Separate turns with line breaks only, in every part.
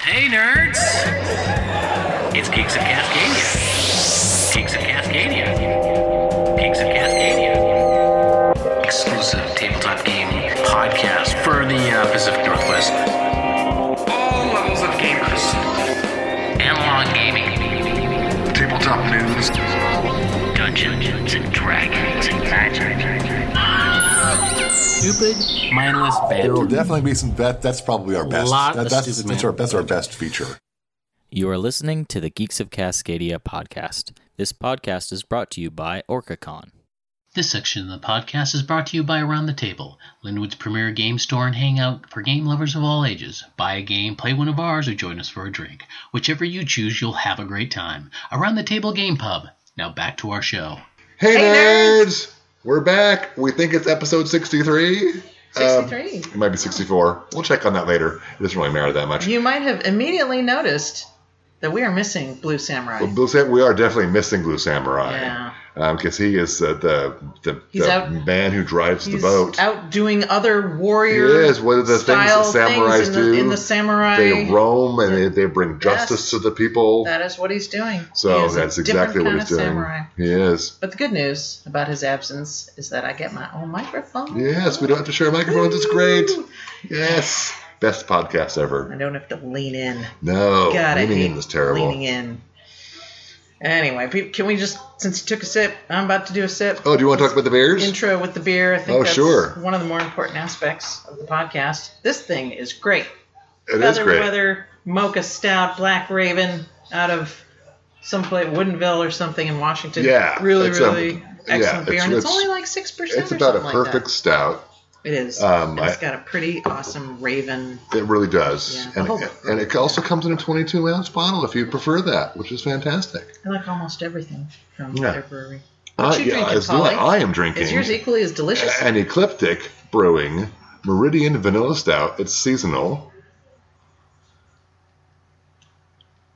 Hey, nerds! It's Geeks of Cascadia. Geeks of Cascadia. Geeks of Cascadia. Exclusive tabletop game podcast for the uh, Pacific Northwest. All levels of gamers. Analog gaming.
Tabletop news.
Dungeons and Dragons and Magic. Stupid, mindless
There will
banter.
definitely be some. That that's probably our best.
Lot
that,
of
that's
stupid
that's
man.
our that's our best feature.
You are listening to the Geeks of Cascadia podcast. This podcast is brought to you by OrcaCon.
This section of the podcast is brought to you by Around the Table, Linwood's premier game store and hangout for game lovers of all ages. Buy a game, play one of ours, or join us for a drink. Whichever you choose, you'll have a great time. Around the Table Game Pub. Now back to our show.
Hey,
Hey,
nerds! We're back. We think it's episode 63.
63.
It might be 64. We'll check on that later. It doesn't really matter that much.
you might have immediately noticed that we are missing Blue Samurai.
But Blue Sam- we are definitely missing Blue Samurai.
yeah.
Because he is uh, the, the,
He's
the
out-
man who drives
He's
the boat.
out doing other
He
warrior
is. What are the things that
style
samurais
in
do?
The, in the samurai.
they roam and they, they bring
Yes.
justice to the people.
That is what he's doing. He
so
is a
that's exactly
different
what
kind
he's
of
doing.
Samurai.
He is.
But the good news about his absence is that I get my own microphone.
Yes, we don't have to share microphones. It's great. Yes. Best podcast ever.
I don't have to lean in.
No.
God, I
Oh, leaning
hate
in was terrible.
leaning in. Anyway, pe- can we just, since you took a sip, I'm about to do a sip.
Oh, do you want to talk about the Bears?
intro with the beer. I think
Oh,
that's
sure.
one of the more important aspects of the podcast. This thing is great.
It is
Feather
great.
Weather Mocha Stout Black Raven out of someplace Woodinville or something in Washington.
Yeah,
really,
it's a-
really
yeah,
excellent beer,
it's-
and it's,
it's-
only like six percent.
It's about a perfect
Like
stout.
that. It is.
um,
And it's
I-
got a pretty awesome Raven.
It really does.
Yeah. Oh,
And, it, and it also comes in a 22 ounce bottle if you prefer that, which is fantastic.
I like almost everything from
Yeah.
their brewery.
Uh,
you drinking,
it's not-
Polly?
I am drinking
Is yours equally as delicious?
an Ecliptic Brewing Meridian Vanilla Stout. It's seasonal.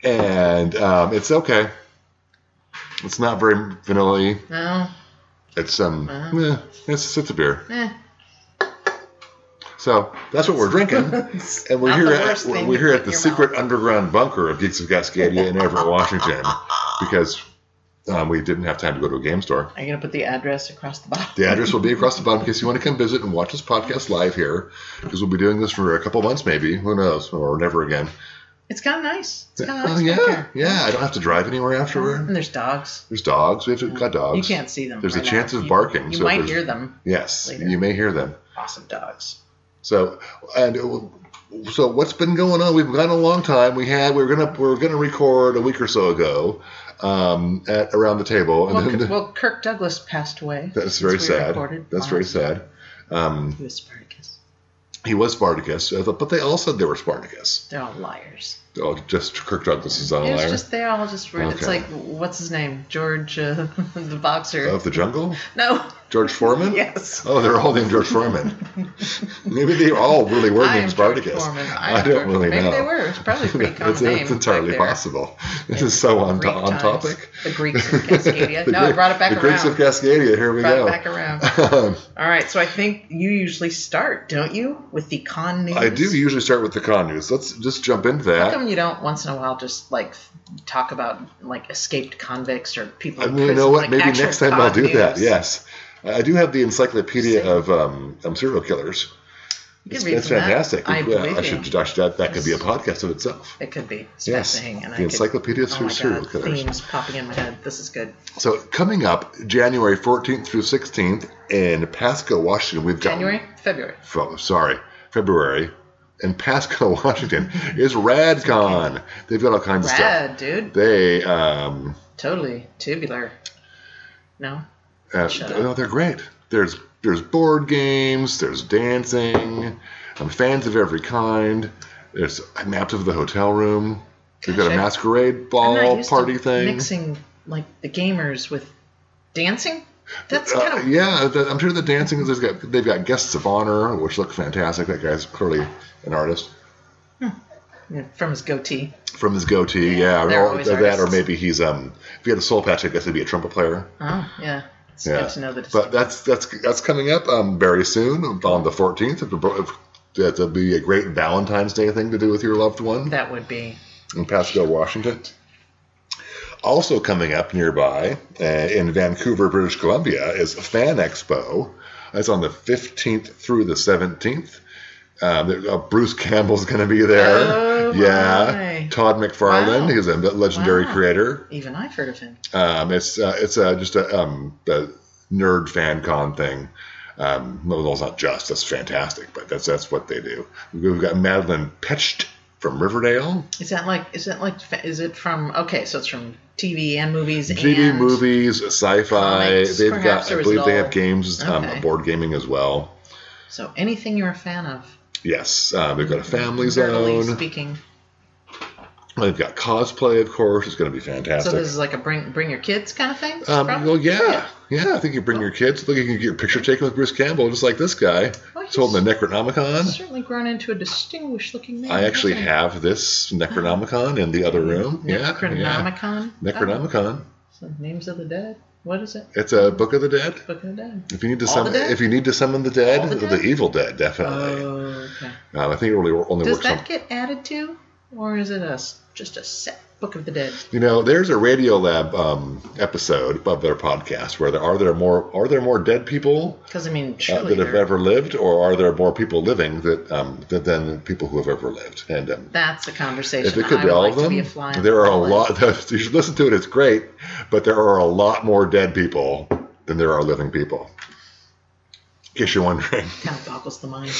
And um, it's okay. It's not very vanilla
No.
It's um,
Uh-huh.
eh, it's, it's a beer.
Eh.
So that's what we're drinking.
It's
And we're
not
here,
the
at,
worst
we're
thing
we're
to
here at
put in
the
your
secret
mouth.
underground bunker of Geeks of Cascadia in Everett, Washington, because um, we didn't have time to go to a game store.
Are you gonna put the address across the bottom?
The address will be across the bottom in case you want to come visit and watch this podcast live here, because we'll be doing this for a couple months, maybe. Who knows? Or never again.
It's kind of nice. It's kind of
Oh,
nice. back
yeah.
here.
Yeah, I don't have to drive anywhere
And
afterward.
there's dogs.
There's dogs. We have to, got dogs.
You can't see them.
There's
right
a chance
now.
of
You-
barking,
You
so
might
there's-
hear them.
Yes,
later.
you may hear them.
Awesome dogs.
So, and uh, so, what's been going on? We've gone a long time. We had we were gonna we were gonna record a week or so ago, um, at around the table, and
Well,
then
Kirk- well, Kirk Douglas passed away.
that's
since
very
we
sad.
recorded.
That's
Wow.
very sad. Um,
He was Spartacus.
he was Spartacus, uh, but they all said they were Spartacus.
They're all liars.
Oh, just Kirk Douglas is on a
It was
liar
just they all just were. It's
Okay.
like what's his name, George uh, the boxer.
of the jungle.
no.
George Foreman.
yes.
Oh, they're all named Oh. George Foreman. Maybe they all really were
I am
named Spartacus.
George Foreman.
I,
am
don't
George-
really
Maybe
know.
they were. It's probably a pretty common
it's,
name.
it's entirely
back there.
possible. This
In
is so on,
Greek
on
times.
topic.
The Greeks of Cascadia. no, I brought it back
the
around.
Greeks of Cascadia. Here we
brought
go.
it back around.
Um,
All right, so I think you usually start, don't you, with the con news?
I do usually start with the con news. Let's just jump into
How
that.
come you don't once in a while just like f- talk about like escaped convicts or people?
I
in
mean, Uh, you
prison,
know what?
like,
Maybe
actual
next time
con
I'll do that.
news?
Yes, I do have the Encyclopedia of um, um, Serial Killers.
you
It's,
can read
it's
from that.
fantastic.
I
Yeah,
believe
I
you.
should. Gosh, that that could be a
Yes.
podcast of itself.
It could be. It's
Yes,
fascinating, and I
the
could-
Encyclopedia of
Oh my
Serial
God,
Killers.
themes popping in my head. This is good.
So coming up January 14th through 16th in Pasco, Washington, we've got
January, February.
Fe- sorry, February in Pasco, Washington is RadCon. They've got all kinds of stuff.
Rad, dude.
They um,
Totally tubular. No,
uh,
Shut up.
no, they're great. There's there's board games, there's dancing. I'm fans of every kind. There's maps of the hotel room. We've got a
Gosh, I-
masquerade
I'm not
ball
used
party
to
thing.
Mixing like the gamers with dancing. That's
Uh,
kind of
yeah, the, I'm sure the dancing is. They've got, they've got guests of honor, which look fantastic. That guy's clearly an artist.
yeah, from his goatee.
from his goatee. Yeah,
they're
or,
always
or that, or
artists.
maybe he's um. If he had a soul patch, I guess he'd be a trumpet player.
Oh, yeah. It's
Yeah.
good to know that.
But that's that's that's coming up um very soon on the 14th of, that would be a great Valentine's Day thing to do with your loved one
That would be.
in Pasco, Washington. Also coming up nearby uh, in Vancouver, British Columbia, is Fan Expo. That's on the 15th through the 17th. Um, there- uh, Bruce Campbell's going to be there.
Oh,
yeah,
my.
Todd McFarlane,
Wow.
he's a legendary
Wow.
creator.
Even I've heard of him.
Um, it's uh, it's uh, just a, um, a nerd fan con thing. Um, well, it's not just that's fantastic, but that's that's what they do. We've got Madeline Petched from Riverdale,
Is that like? Is that like? Is it from? Okay, so it's from TV and movies.
TV
and
movies, sci-fi.
comics,
They've
perhaps,
got,
or
I
is it
believe they
all-
have games,
Okay.
um, board gaming as well.
So anything you're a fan of.
Yes, uh, we've got a family
nerdily
zone.
Speaking.
They've got cosplay, of course. It's going to be
So
fantastic.
this is like a bring bring your kids kind of thing.
um,
Probably?
well, yeah, yeah. I think you bring your kids. Look, you can get your picture taken with Bruce Campbell, just like this guy.
Well,
He's holding the
He's
Necronomicon.
Certainly grown into a distinguished looking man.
I actually
hasn't he?
have this Necronomicon in the other room. Yeah, yeah.
Mm-hmm. Necronomicon. Oh,
Necronomicon.
So names of the dead. What is it?
It's a book of the dead.
Book of the Dead.
If you need to
All the
summon,
dead?
if you need to summon the dead,
All
the,
the dead?
evil dead, definitely.
Oh, okay.
um, I think Uh, it really only
Does
works.
that
on,
get added to, or is it a s- just a set Book of the Dead?
you know, there's a Radio Lab um, episode of their podcast where there are there more are there more dead people
Because I mean,
uh,
surely
that have
there-
ever lived, or are there more people living that um, that, than people who have ever lived? And um,
that's a conversation.
If it could
I
be
would
all
like
of
to
them,
be a fly
there
on the
are a
wall in.
lot. You should listen to it; it's great. But there are a lot more dead people than there are living people. In case you're wondering,
Kind of boggles the mind.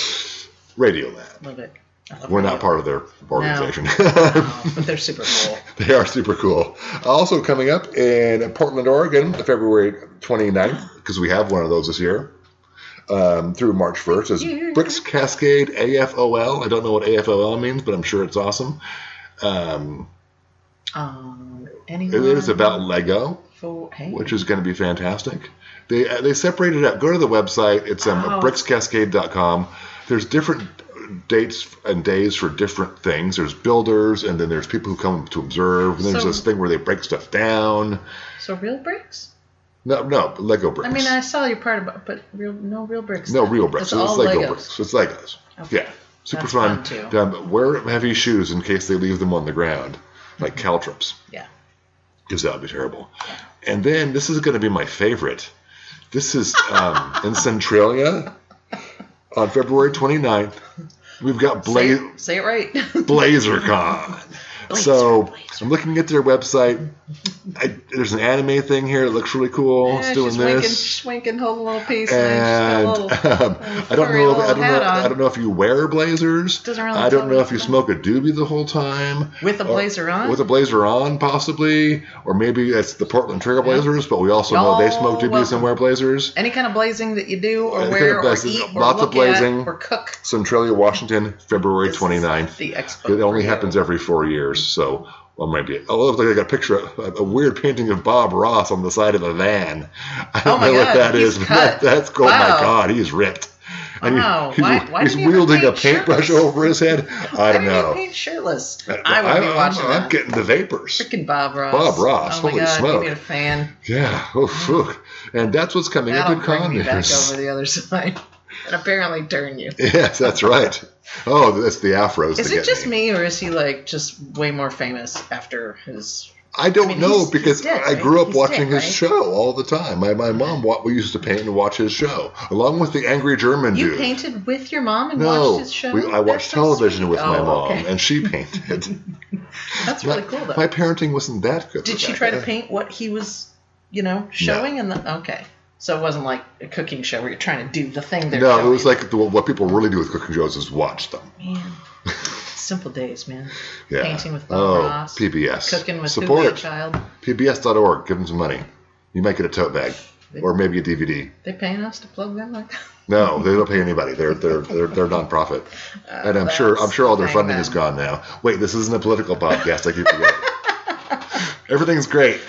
Radiolab.
Love it. I love
We're
it.
not part of their organization.
No, but they're super cool.
they are super cool. Also coming up in Portland, Oregon, February 29th, because we have one of those this year. Um, through March 1st is Bricks Cascade AFOL. I don't know what AFOL means, but I'm sure it's awesome. Um,
Um,
it
anyone
is about Lego.
for hey,
which is going to be fantastic. They uh, they separate it up. Go to the website. It's um,
Oh.
brickscascade.com. There's different dates and days for different things. There's builders, and then there's people who come to observe. And there's
So-
this thing where they break stuff down.
so real bricks.
No, no, Lego bricks.
I mean, I saw your part about, but real no real bricks.
no
then.
real bricks.
It's
It's,
all
Lego
Legos.
bricks. It's Legos.
Okay.
Yeah, super
That's
fun.
fun, too.
Um, wear heavy shoes in case they leave them on the ground, like
Mm-hmm.
caltrops.
Yeah.
because that would be terrible. And then this is going to be my favorite. This is um, in Centralia on February 29th. We've got
Say,
Bla-
it- say it right.
BlazerCon. so I'm looking at their website. I, there's an anime thing here. It looks really cool. it's
Yeah,
doing
she's
this.
winking, she's winking, holding a little piece,
And
and,
um,
then she's got a little.
I don't
furry
know. If,
little
I don't know.
hat on.
I don't know if you wear blazers.
Doesn't really
I
tell
don't know
me
if you
anything.
smoke a doobie the whole time.
With a
Or-
blazer on?
With a blazer on, possibly, or maybe it's the Portland Trail Blazers, but we also know they smoke
Y'all um,
doobies
welcome.
and wear blazers.
Any kind of blazing that you do, or
Any kind
wear,
of
or
blazing,
eat, or
lots of
look
blazing.
at, or cook.
Centralia, Washington, February 29th.
The expo.
It only
for you.
happens every four years, so well, maybe. Oh, it looks like I got a picture, of a, a weird painting of Bob Ross on the side of a van. I don't
Oh my
know what
God,
that
he's
is, but that,
cut.
that's cool.
Wow.
Oh my God, he's ripped. And
Wow, why- why
he's
didn't he ever
wielding a
paint
paintbrush
shirtless?
over his head. I
Why
don't
do you
know.
paint shirtless?
I-
I would be
Uh, I'm-
watching
I'm
that.
getting the vapors.
Freaking Bob Ross.
Bob Ross,
Oh my
holy
God,
smoke.
You need a fan.
Yeah. Oh, phew. And that's what's coming up
That'll
in
bring
con
you back
news.
over the other side, and apparently turn you.
Yes, that's right. Oh, that's the afros.
Is
that
it
get
just me, or is he like just way more famous after his?
I don't
I mean,
know
he's-
because
he's dead,
I
right?
grew up
He's
watching
dead,
his
right?
show all the time. My, my mom wa- we used to paint and watch his show along with the angry German
You
dude.
painted with your mom and
no,
watched his show.
we, I
That's
watched
so
television
sweet.
with my
Oh,
mom,
okay.
and she painted.
That's
my,
really cool, though.
my parenting wasn't that good.
Did she
back
try to
then.
paint what he was, you know, showing? And the, okay, so it wasn't like a cooking show where you're trying to do the thing they're
No,
showing.
it was like the, what people really do with cooking shows is watch them.
man, simple days, man.
Yeah.
Painting with Bob
oh,
Ross,
PBS.
Cooking with
support
Support. Child.
PBS.org. Give them some money. You might get a tote bag or maybe a DVD.
They paying us to plug them like.
No, they don't pay anybody. They're they're they're, they're nonprofit, and I'm sure I'm sure all their
Uh, that's
funding is
bad.
gone now. Wait, this isn't a political podcast. I keep forgetting. Everything's great.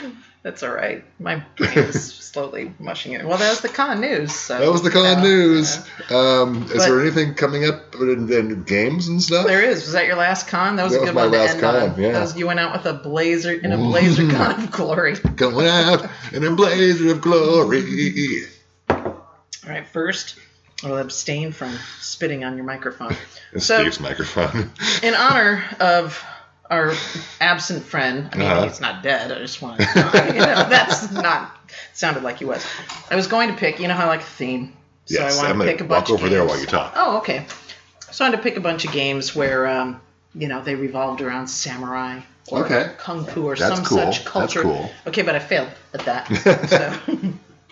That's all right. My brain is slowly mushing it. Well, that was the con news. So
That was the con
you know,
news.
uh,
Um, is
But-
there anything coming up in, in games and stuff?
there is. Was that your last con? That was
That
a
was
good
my
one
last
to end
con,
on.
yeah.
That was, you went out with a blazer in a blazer con of glory.
Going out in a blazer of glory.
All right, first I'll abstain from spitting on your microphone.
It's
So-
Steve's microphone.
In honor of our absent friend, I mean,
Uh-huh.
he's not dead. I just want to, you know, that's not sounded like he was. I was going to pick, you know how I like a theme, so
yes,
I
I'm
want to
gonna
pick a bunch.
walk
of
over there
games.
while you talk.
Oh, okay. So I had to pick a bunch of games where, um, you know, they revolved around samurai or
Okay.
kung fu or
That's
some
cool.
such
That's
culture.
cool.
Okay, but I failed at that. so,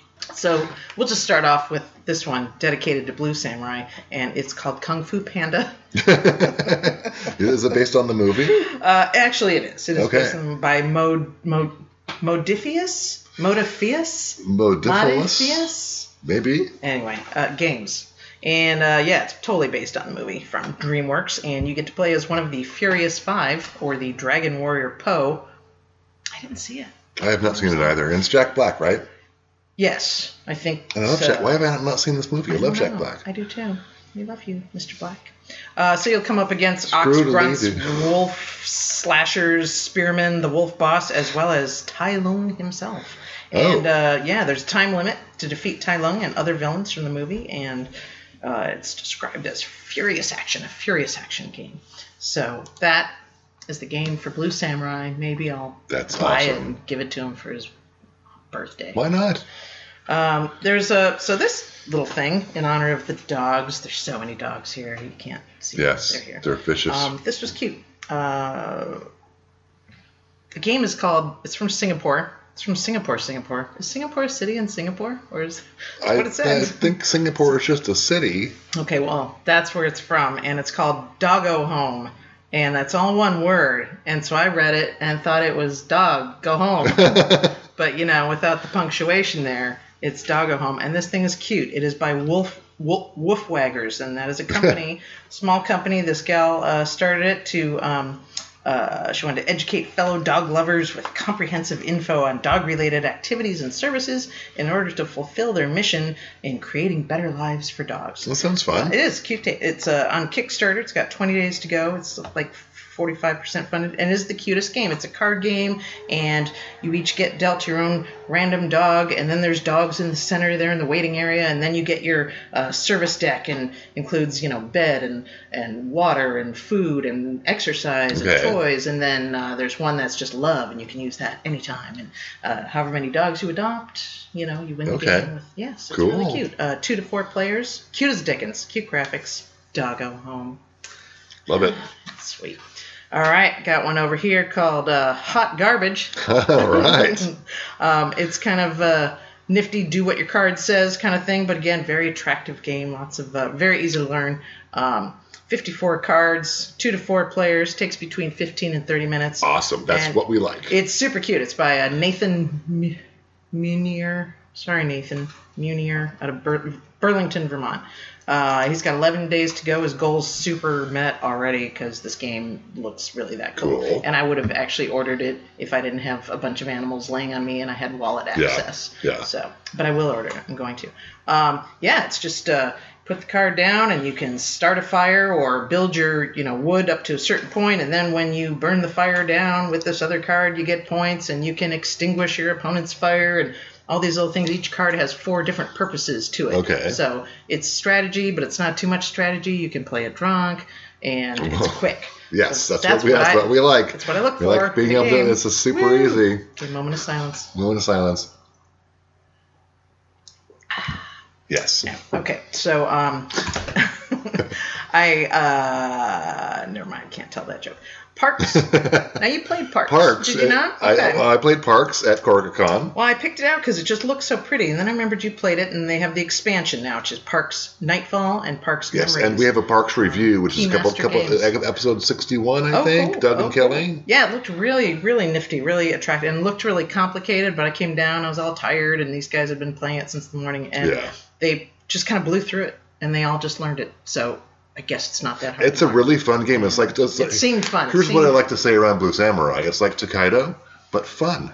so we'll just start off with this one dedicated to Blue Samurai, and it's called Kung Fu Panda.
Is it based on the movie?
Uh, actually, it is. It is
Okay.
based on- by Mod, Mod, Modifius? Modifius?
Modifius?
Modifius?
Maybe.
anyway, uh, games. And uh, yeah, it's totally based on the movie from DreamWorks, and you get to play as one of the Furious Five or the Dragon Warrior Poe. I didn't see it.
I have not seen it either. And it's Jack Black, right?
Yes, I think.
And I love
so.
Jack. Why have I not seen this movie? I, love Jack
No,
Black.
I do too. We love you, Mr. Black. Uh, so you'll come up against ox
Screw the
grunts,
lady.
wolf slashers, spearmen, the wolf boss, as well as Tai Lung himself.
Oh.
And uh, yeah, there's a time limit to defeat Tai Lung and other villains from the movie, and uh, it's described as furious action, a furious action game. So that is the game for Blue Samurai. Maybe I'll
That's
buy it
awesome.
and give it to him for his birthday.
Why not?
Um, there's a so this little thing in honor of the dogs. There's so many dogs here. You can't see. them.
Yes,
they're here.
they're vicious.
Um, this was cute. Uh, the game is called. It's from Singapore. It's from Singapore, Singapore. Is Singapore a city in Singapore, or is that's
I, uh,
what it
I
says?
think Singapore is just a city.
Okay, well, that's where it's from, and it's called Doggo Home, and that's all one word. And so I read it and thought it was dog go home, but you know, without the punctuation there, it's Doggo Home. And this thing is cute. It is by Wolf Wolf, Wolf Waggers, and that is a company, small company. This gal uh, started it to. Um, uh, she wanted to educate fellow dog lovers with comprehensive info on dog related activities and services in order to fulfill their mission in creating better lives for dogs.
That sounds fun.
It is cute. Ta- it's uh, on Kickstarter. It's got 20 days to go. It's like 45% funded, and is the cutest game. It's a card game, and you each get dealt your own random dog, and then there's dogs in the center there in the waiting area, and then you get your uh, service deck, and includes you know bed and and water and food and exercise
Okay.
and toys, and then uh, there's one that's just love, and you can use that anytime, and uh, however many dogs you adopt, you know you win the
Okay.
game with yes. It's
Cool.
really cute. Uh, two to four players. Cute as Dickens. Cute graphics. Doggo home.
Love it.
Sweet. All right, got one over here called uh, Hot Garbage.
All right.
um, it's kind of a nifty, do what your card says kind of thing, but again, very attractive game. Lots of uh, very easy to learn. Um, 54 cards, two to four players. Takes between 15 and 30 minutes.
Awesome. That's
And
what we like.
It's super cute. It's by uh, Nathan M- Munier. Sorry, Nathan Munier out of Bur- Burlington, Vermont. Uh, he's got 11 days to go. His goal's super met already because this game looks really that cool.
Cool.
And I would have actually ordered it if I didn't have a bunch of animals laying on me and I had wallet
Yeah,
access.
yeah.
So, but I will order it. I'm going to. Um, yeah, it's just uh, put the card down, and you can start a fire or build your you know wood up to a certain point, and then when you burn the fire down with this other card, you get points, and you can extinguish your opponent's fire and all these little things. Each card has four different purposes to it.
Okay.
So it's strategy, but it's not too much strategy. You can play it drunk, and it's quick.
Yes,
So
that's, what we. that's
I-
what we like.
That's what I look
we
for.
like being
in a
able
game.
to. This is super
Woo!
easy.
Okay, moment of silence.
Moment of silence. Yes.
Okay, so um, I uh, never mind. Can't tell that joke. Parks. now you played Parks.
Parks. eh,
Did you not?
I- uh,
Okay.
I, I played Parks at Corcacon.
well, I picked it out because it just looks so pretty, and then I remembered you played it, and they have the expansion now, which is Parks Nightfall and Parks
Yes,
Memories.
and we have a Parks review, which is a couple,
Keymaster
couple
games.
episode sixty-one, I
Oh,
think.
cool.
Doug
Oh,
and
cool.
Kelly.
Yeah, it looked really, really nifty, really attractive, and looked really complicated. But I came down, I was all tired, and these guys had been playing it since the morning, and
Yeah.
they just kind of blew through it, and they all just learned it. So I guess it's not that hard.
It's
to
a
learn.
really fun game. It's like just
It seemed fun. It
Here's what
seemed-
I like to say around Blue Samurai. It's like Takedo, but fun.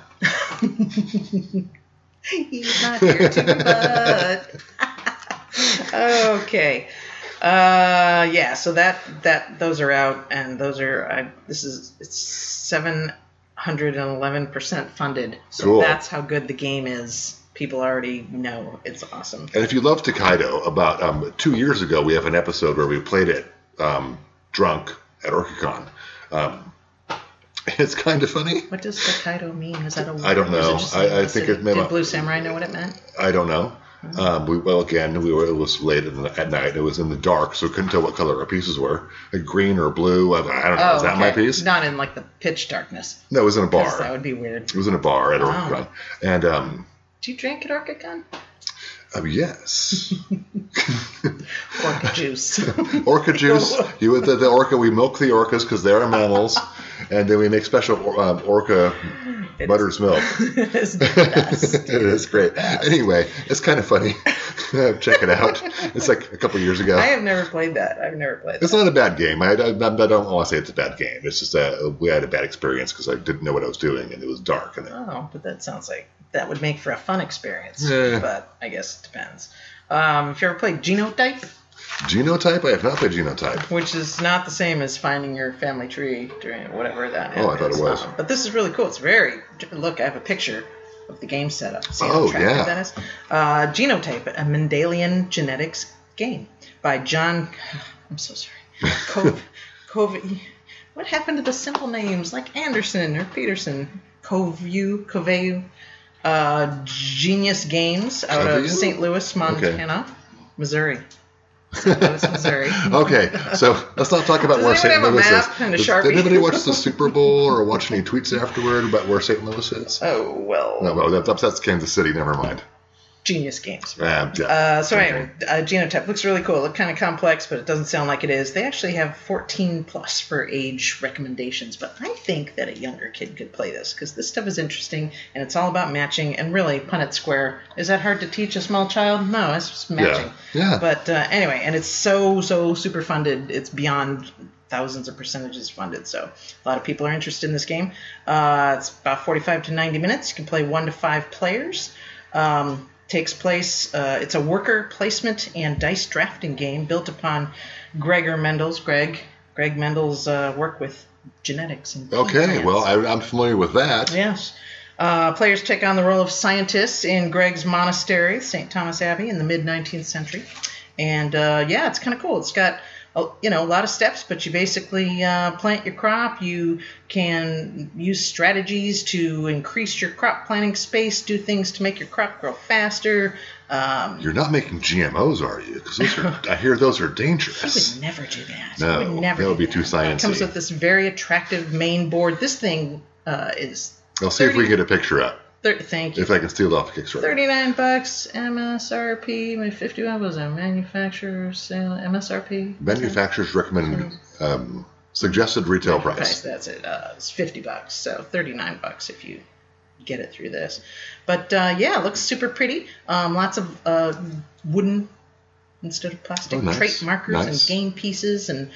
He's not here to but. okay. Uh, yeah. So that that those are out, and those are I, this is it's seven hundred and eleven percent funded. So
Cool.
that's how good the game is. people already know it's awesome.
And if you love Takedo, about um, two years ago, we have an episode where we played it um, drunk at OrcaCon. Um, it's kind of funny.
What does Hokkaido mean? Is that a word?
I don't
or is it
know.
just
I-
a
I think
city?
it meant
Did
a-
Blue Samurai know what it meant?
I don't know.
Mm-hmm.
Um, we, well, again, we were it was late in the, at night. It was in the dark, so we couldn't tell what color our pieces were. Like green or blue. I, I don't know.
Oh,
Is that
okay.
my piece?
Not in like the pitch darkness.
No, it was in a
'cause
bar.
That would Oh. be weird.
It was in a bar at
Wow.
OrcaCon. And um,
Do you drink at Orcacon?
uh, yes,
Orca juice.
orca juice. You the, the orca. We milk the orcas because they are mammals, and then we make special or- um, orca butter's milk.
It's the best.
it is great. Anyway, it's kind of funny. Check it out. It's like a couple years ago.
I have never played that. I've never played
It's
that.
not a bad game. I, I, I don't want to say it's a bad game. It's just that we had a bad experience because I didn't know what I was doing and it was dark. And
Oh, but that sounds like that would make for a fun experience.
Yeah.
But I guess it depends. Um, if you ever played Genotype,
genotype? I have not played genotype.
which is not the same as finding your family tree during whatever that.
Oh, I thought it
is.
was.
Um, but this is really cool. It's very look. I have a picture of the game setup. See how
Oh,
attractive
yeah.
That is. Uh, Genotype, a Mendelian genetics game by John. I'm so sorry. Cove, Cove, what happened to the simple names like Anderson or Peterson? Coveu, Coveu. Uh, Genius Games out
Coveu?
of St. Louis, Montana, Missouri. St. Louis, Missouri.
Okay, so let's not talk about
Does
where St.
anyone have a
Louis is.
map and a
Does-
Sharpie?
Did anybody watch the Super Bowl or watch any tweets afterward about where St. Louis is?
Oh well.
No, well, that, that's Kansas City. Never mind.
Genius Games.
Uh, yeah.
Uh, so
Okay.
anyway, uh, Genotype looks really cool. Look kind of complex, but it doesn't sound like it is. They actually have 14 plus for age recommendations, but I think that a younger kid could play this because this stuff is interesting and it's all about matching. And really, Punnett Square is that hard to teach a small child? No, it's just matching.
Yeah.
But uh, anyway, and it's so so super funded. It's beyond thousands of percentages funded. So a lot of people are interested in this game. Uh, it's about 45 to 90 minutes. You can play one to five players. Um, takes place. Uh, it's a worker placement and dice drafting game built upon Gregor Mendel's Greg Greg Mendel's uh, work with genetics and game
okay,
plans.
well, I, I'm familiar with that.
Yes. Uh, players take on the role of scientists in Greg's monastery, St. Thomas Abbey, in the mid 19th century. And uh, yeah, it's kind of cool. It's got a, you know a lot of steps, but you basically uh, plant your crop. You can use strategies to increase your crop planting space, do things to make your crop grow faster. Um,
You're not making GMOs, are you? Because I hear those are
I
dangerous.
would never do that.
No,
I would never
that would
do
be too
It comes
sciencey.
with this very attractive main board. This thing uh, is.
I'll see if we can get a picture up.
Thir- thank you.
If I can steal it off Kickstarter.
39 bucks MSRP. My 51 was a manufacturer sale MSRP.
Manufacturer's recommended um, suggested retail
Price,
price.
that's it. Uh, it's 50 bucks. So 39 bucks if you get it through this. But uh, yeah, it looks super pretty. Um, lots of uh, wooden instead of plastic
Oh, nice.
trait markers
Nice.
and game pieces and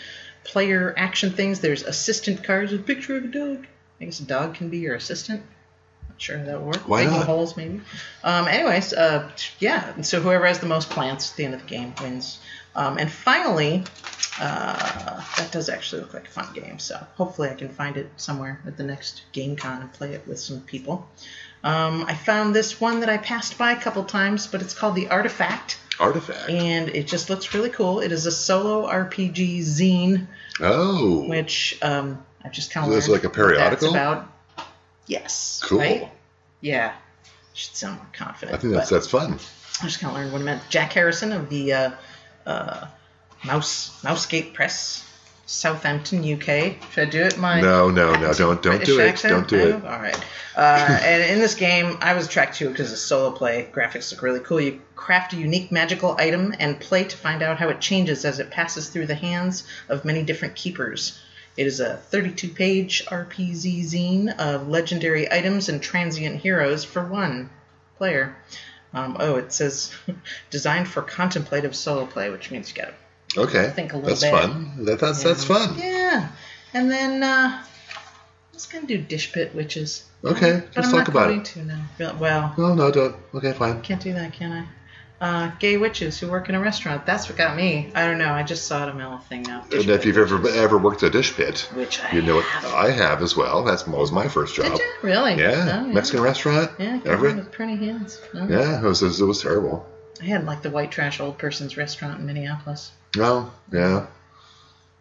player action things. There's assistant cards with a picture of a dog. I guess a dog can be your assistant. Not sure how that works.
Why
Digging
not?
holes, maybe. Um, anyways, uh, yeah. And so whoever has the most plants at the end of the game wins. Um, and finally, uh, that does actually look like a fun game. So hopefully, I can find it somewhere at the next game con and play it with some people. Um, I found this one that I passed by a couple times, but it's called the Artifact,
Artifact.
and it just looks really cool. It is a solo RPG zine,
oh.
which um, I just kind
So
of
it's like a periodical?
That's about yes,
cool.
right? Yeah, should sound more confident.
I think that's
but-
that's fun.
I just kind of learned what it meant. Jack Harrison of the uh, uh, Mouse Mousegate Press, Southampton, UK. Should I do it? My
No, no, no, don't don't do
British
it.
accent?
Don't do it.
No? All right. Uh, and in this game, I was tracked to because it's solo play. Graphics look really cool. You craft a unique magical item and play to find out how it changes as it passes through the hands of many different keepers. It is a 32 page RPZ zine of legendary items and transient heroes for one player. Um, oh, it says designed for contemplative solo play, which means you gotta
Okay.
Think a little
that's
bit.
fun. That, that's that's fun.
yeah, and then uh, I was gonna do Dish Pit Witches.
Okay,
but
let's
I'm
talk
not
about
going
it.
to now. Well,
No, no, don't. Okay, fine.
can't do that, can I? uh, gay witches who work in a restaurant. That's what got me. I don't know. I just saw it on my little thing now.
And if you've ever ever worked a dish pit,
Which I
you know what
have.
I have as well. That's that was my first job.
Did you? Really?
Yeah,
Oh,
Mexican restaurant.
Yeah, I can
Everett.
with pretty hands. Oh.
Yeah, it was, it was it was terrible.
I had like the white trash old person's restaurant in Minneapolis.
No, yeah,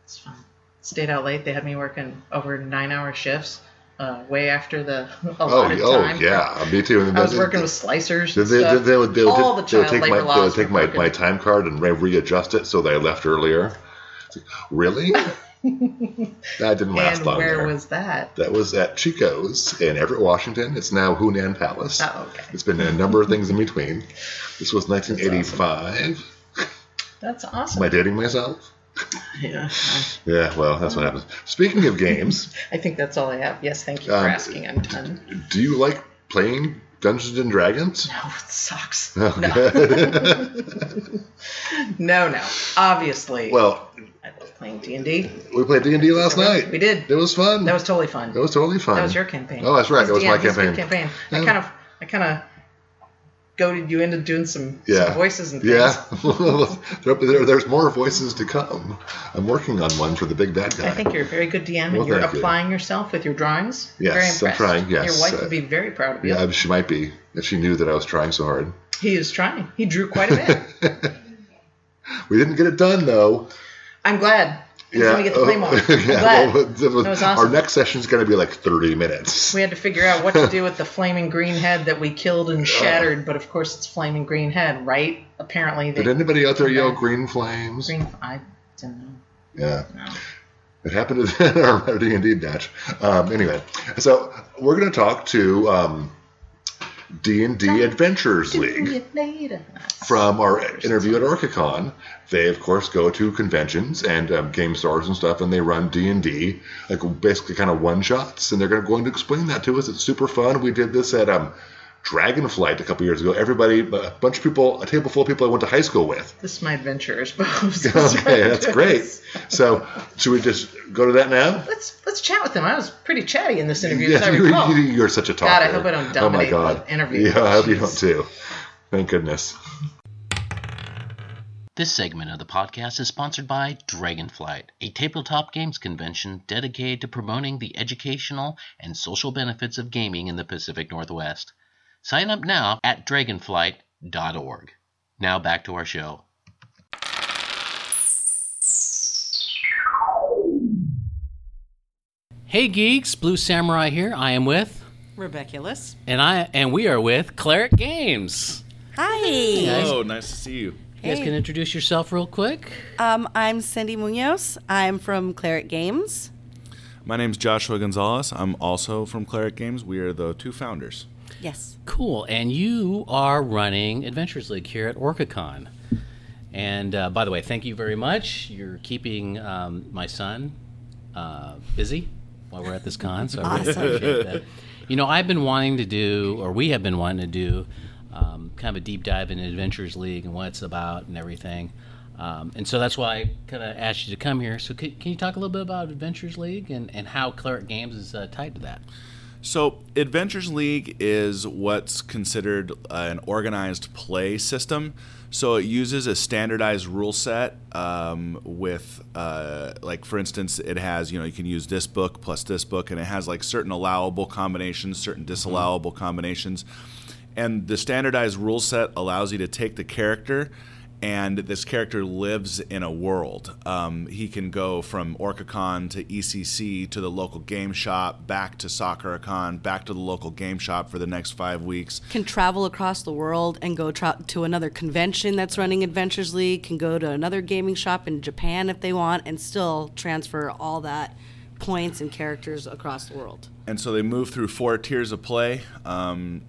It's fun. Stayed out late. They had me working over nine hour shifts, uh, way after the
oh,
allotted
oh
time.
yeah, me too. And
I was
then-
working with slicers.
They,
and
they, they,
stuff.
they would, they would,
All the
they would
child
take,
labor
my, they would
laws
take
were
my,
broken.
my time card and re- readjust it so that I left earlier. It's like, really? that didn't last
And
long.
where
there.
was that?
that was at Chico's in Everett, Washington. It's now Hunan Palace.
Oh, okay.
It's been a number of things in between. This was 1985.
That's awesome.
Am I dating myself?
yeah. I-
Yeah, well, that's what happens. Speaking of games,
I think that's all I have. Yes, thank you for
Um,
asking. I'm done.
do you like playing Dungeons and Dragons?
No, it sucks.
No.
No, no. Obviously,
well,
I love playing D and D.
we played D and D last night.
We did.
It was fun.
That was totally fun.
It was totally fun.
That was your campaign.
Oh, that's right. That was my
Deanne- his
campaign.
I
Yeah.
kind of, I kind of goaded you into doing some,
Yeah.
some voices and things.
Yeah, there, there- there's more voices to come. I'm working on one for the big bad guy.
I think you're a very good DM,
Well,
and you're
thank you.
applying yourself with your drawings.
Yes,
very
I'm
impressed.
trying, yes.
your wife
Uh,
would be very proud of you.
yeah, she might be if she knew that I was trying so hard.
He is trying. He drew quite a bit.
We didn't get it done though.
I'm glad. Yeah. Let me get to play more. I'm
yeah,
glad.
well, that was-
That was
Our
awesome.
next session's going to be like 30 minutes.
we had to figure out what to do with the flaming green head that we killed and shattered, but of course it's flaming green head, right? Apparently they
Did anybody out there yell
Yeah.
green flames?
green. I don't know.
Yeah.
No.
It happened at our D and D batch. Um, anyway, so we're going to talk to um, D and D Adventures League.
Later.
from our interview at OrcaCon, they of course go to conventions and um, game stores and stuff, and they run D and D, like basically kind of one shots, and they're gonna- going to explain that to us. It's super fun. We did this at um, Dragonflight a couple years ago. Everybody, a bunch of people, a table full of people I went to high school with.
This is my adventurer's pose.
Okay, that's great. So should we just go to that now?
Let's let's chat with him. I was pretty chatty in this interview, as I
Yeah, you're,
recall.
you're such a talker.
God, I hope I don't dominate
oh my God.
the interview.
Yeah, I hope you don't
Jeez.
too. Thank goodness.
This segment of the podcast is sponsored by Dragonflight, a tabletop games convention dedicated to promoting the educational and social benefits of gaming in the Pacific Northwest. Sign up now at dragonflight.org. Now back to our show. Hey geeks, Blue Samurai here. I am with
Rebecca Liss.
and I and we are with Claret Games.
Hi.
Hello, nice to see you.
You guys can introduce yourself real quick.
Um, I'm Cindy Munoz. I'm from Claret Games.
My name's Joshua Gonzalez. I'm also from Claret Games. We are the two founders.
Yes.
Cool. And you are running Adventures League here at OrcaCon. And uh, by the way, thank you very much. You're keeping um, my son uh, busy while we're at this con, so I really
Awesome.
appreciate that. You know, I've been wanting to do, or we have been wanting to do, um, kind of a deep dive into Adventures League and what it's about and everything. Um, and so that's why I kind of asked you to come here. So, c- can you talk a little bit about Adventures League and, and how Claret Games is uh, tied to that?
So, Adventures League is what's considered uh, an organized play system. So, it uses a standardized rule set um, with, uh, like, for instance, it has, you know, you can use this book plus this book, and it has, like, certain allowable combinations, certain disallowable combinations. And the standardized rule set allows you to take the character and this character lives in a world. Um, he can go from OrcaCon to ECC to the local game shop, back to SoccerCon, back to the local game shop for the next five weeks.
Can travel across the world and go tra- to another convention that's running Adventures League. Can go to another gaming shop in Japan if they want, and still transfer all that points and characters across the world.
And so they move through four tiers of play, um,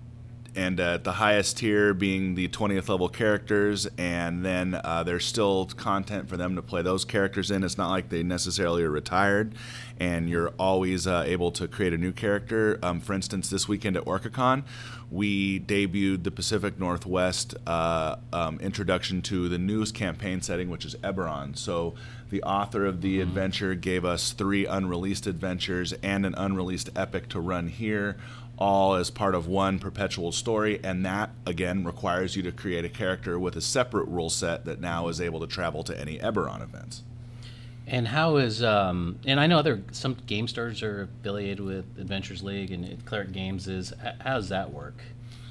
and uh, the highest tier being the 20th level characters, and then uh, there's still content for them to play those characters in. It's not like they necessarily are retired, and you're always uh, able to create a new character. Um, for instance, this weekend at OrcaCon, we debuted the Pacific Northwest uh, um, introduction to the newest campaign setting, which is Eberron. So The author of the adventure gave us three unreleased adventures and an unreleased epic to run here, all as part of one perpetual story. And that, again, requires you to create a character with a separate rule set that now is able to travel to any Eberron events.
And how is um, and I know other some game stores are affiliated with Adventures League and Cleric Games is. h- How does that work?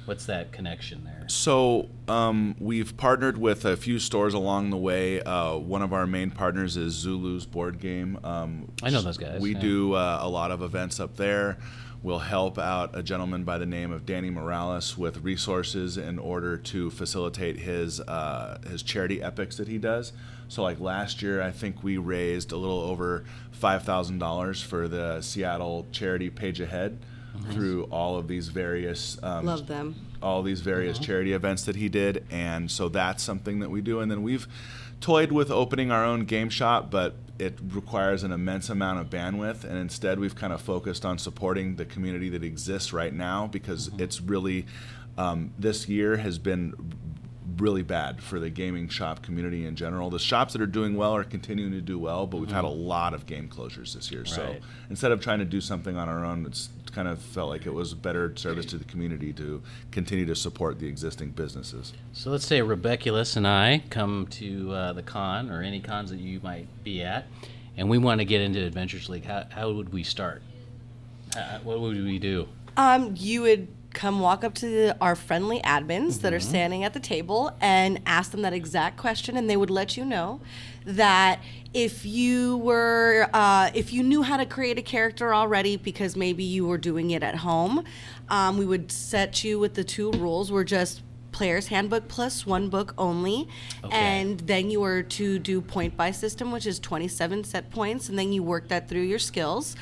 What's that connection there?
So um, we've partnered with a few stores along the way. Uh, one of our main partners is Zulu's board game. Um,
I know those guys,
We
yeah.
do uh, a lot of events up there. We'll help out a gentleman by the name of Danny Morales with resources in order to facilitate his uh, his charity epics that he does. So like last year, I think we raised a little over five thousand dollars for the Seattle charity Page Ahead. Through all of these various um,
Love them.
all these various charity events that he did and so that's something that we do and then we've toyed with opening our own game shop but it requires an immense amount of bandwidth and instead we've kind of focused on supporting the community that exists right now because it's really um, this year has been really bad for the gaming shop community in general. The shops that are doing well are continuing to do well, but we've had a lot of game closures this year. So
Right.
instead of trying to do something on our own, it's kind of felt like it was better service to the community to continue to support the existing businesses.
So let's say Rebeculus and I come to uh, the con or any cons that you might be at, and we want to get into Adventures League. How, how would we start? Uh, what would we do?
Um, you would come walk up to the, our friendly admins that are
Mm-hmm.
standing at the table and ask them that exact question, and they would let you know that if you were uh, if you knew how to create a character already because maybe you were doing it at home, um, we would set you with the two rules. We're just player's handbook plus one book only and then you were to do point by system which is 27 set points and then you work that through your skills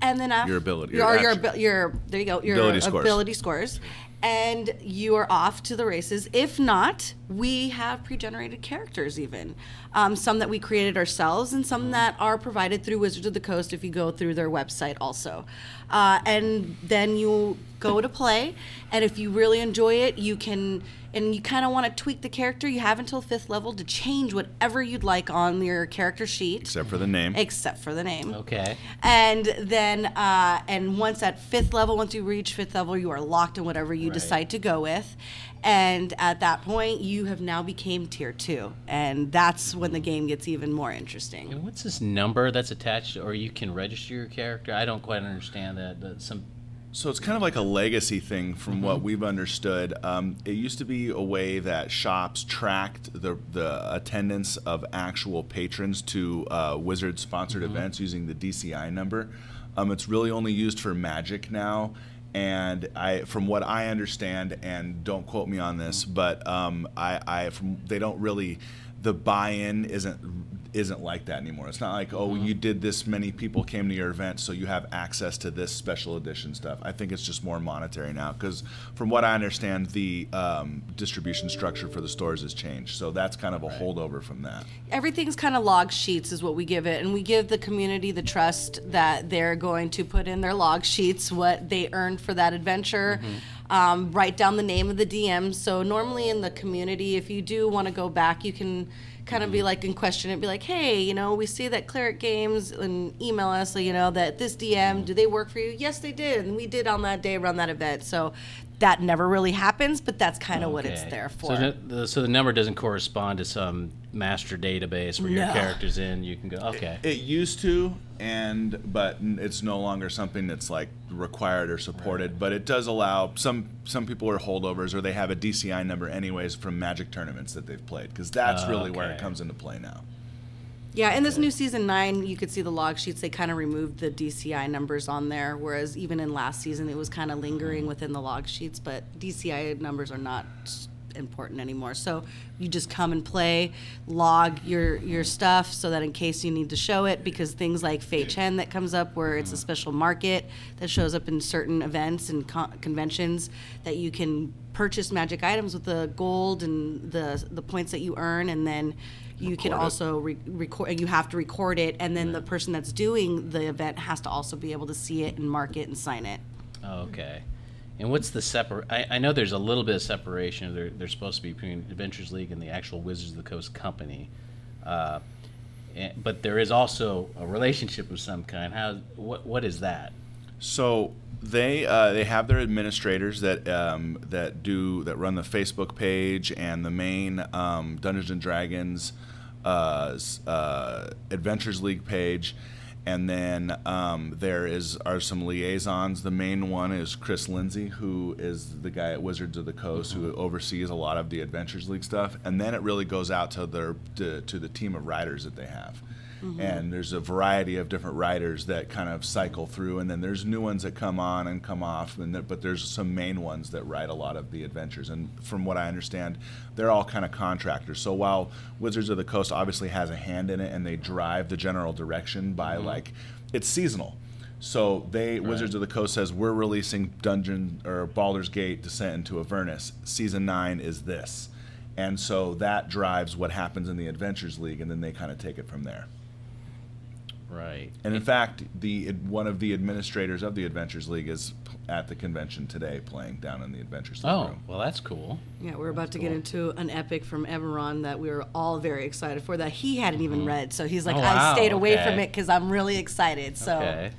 and then after
Your ability,
your,
your
or your,
action.
abi- your there you go your
Ability
ability
scores.
scores. and you are off to the races if not we have pre-generated characters even um, some that we created ourselves and some that are provided through wizards of the coast if you go through their website also uh, and then you go to play and if you really enjoy it you can and you kind of want to tweak the character you have until fifth level to change whatever you'd like on your character sheet except,
Except for the name.
for the name
Okay.
and then uh, and once at fifth level once you reach fifth level you are locked in whatever you decide to go with and at that point you have now became tier two and that's when the game gets even more interesting
And what's this number that's attached, or you can register your character? I don't quite understand that. but some
So it's kind of like a legacy thing from what we've understood. Um, it used to be a way that shops tracked the, the attendance of actual patrons to uh, wizard sponsored events using the DCI number. Um, it's really only used for magic now. And I, from what I understand, and don't quote me on this, but um, I, I from, they don't really, the buy-in isn't isn't like that anymore. It's not like, oh, you did this many people came to your event, so you have access to this special edition stuff. I think it's just more monetary now because, from what I understand, the um, distribution structure for the stores has changed. So that's kind of a holdover from that.
everything's kind of log sheets is what we give it and we give the community the trust that they're going to put in their log sheets what they earned for that adventure
Mm-hmm.
um, write down the name of the dm so normally in the community if you do want to go back you can kind of
Mm-hmm.
be like and question it be like hey you know we see that cleric games and email us so you know that this dm do they work for you yes they did and we did on that day around that event so that never really happens but that's kind of what it's
Okay.
there
So
for
the, the, so the number doesn't correspond to some master database where your
No.
character's in. You can go, okay.
It used to, and but n- it's no longer something that's like required or supported. But it does allow some some people are holdovers or they have a DCI number anyways from Magic tournaments that they've played because that's really where it
Okay.
comes into play now.
Yeah, in this new season nine, you could see the log sheets. They kind of removed the DCI numbers on there, whereas even in last season, it was kind of lingering within the log sheets. But DCI numbers are not important anymore. So you just come and play, log your your stuff, so that in case you need to show it, because things like Fei Chen that comes up, where it's a special market that shows up in certain events and con- conventions, that you can purchase magic items with the gold and the the points that you earn, and then you can also re- record you have to record it and then the person that's doing the event has to also be able to see it and mark it and sign it
Okay. And what's the separate? I, I know there's a little bit of separation. There, there's supposed to be between Adventures League and the actual Wizards of the Coast company. Uh, Eh, but there is also a relationship of some kind. How? What? What is that?
So they uh, they have their administrators that um, that do that run the Facebook page and the main um, Dungeons and Dragons uh, s- uh, Adventures League page, and then um, there is are some liaisons. The main one is Chris Lindsay, who is the guy at Wizards of the Coast who oversees a lot of the Adventures League stuff, and then it really goes out to their to, to the team of writers that they have and there's a variety of different writers that kind of cycle through and then there's new ones that come on and come off and there, but there's some main ones that write a lot of the adventures and from what i understand they're all kind of contractors so while wizards of the coast obviously has a hand in it and they drive the general direction by like it's seasonal so they Wizards of the Coast says we're releasing Dungeon or Baldur's Gate Descent into Avernus. Season nine is this, and so that drives what happens in the Adventures League, and then they kind of take it from there.
Right.
And in fact, the one of the administrators of the Adventures League is p- at the convention today, playing down in the Adventures League
Oh,
room.
well, that's cool.
Yeah, we're about to get into an epic from Everon that we were all very excited for that he hadn't even read. So he's like,
Oh,
I
wow,
stayed away
okay.
from it because I'm really excited. So
Okay.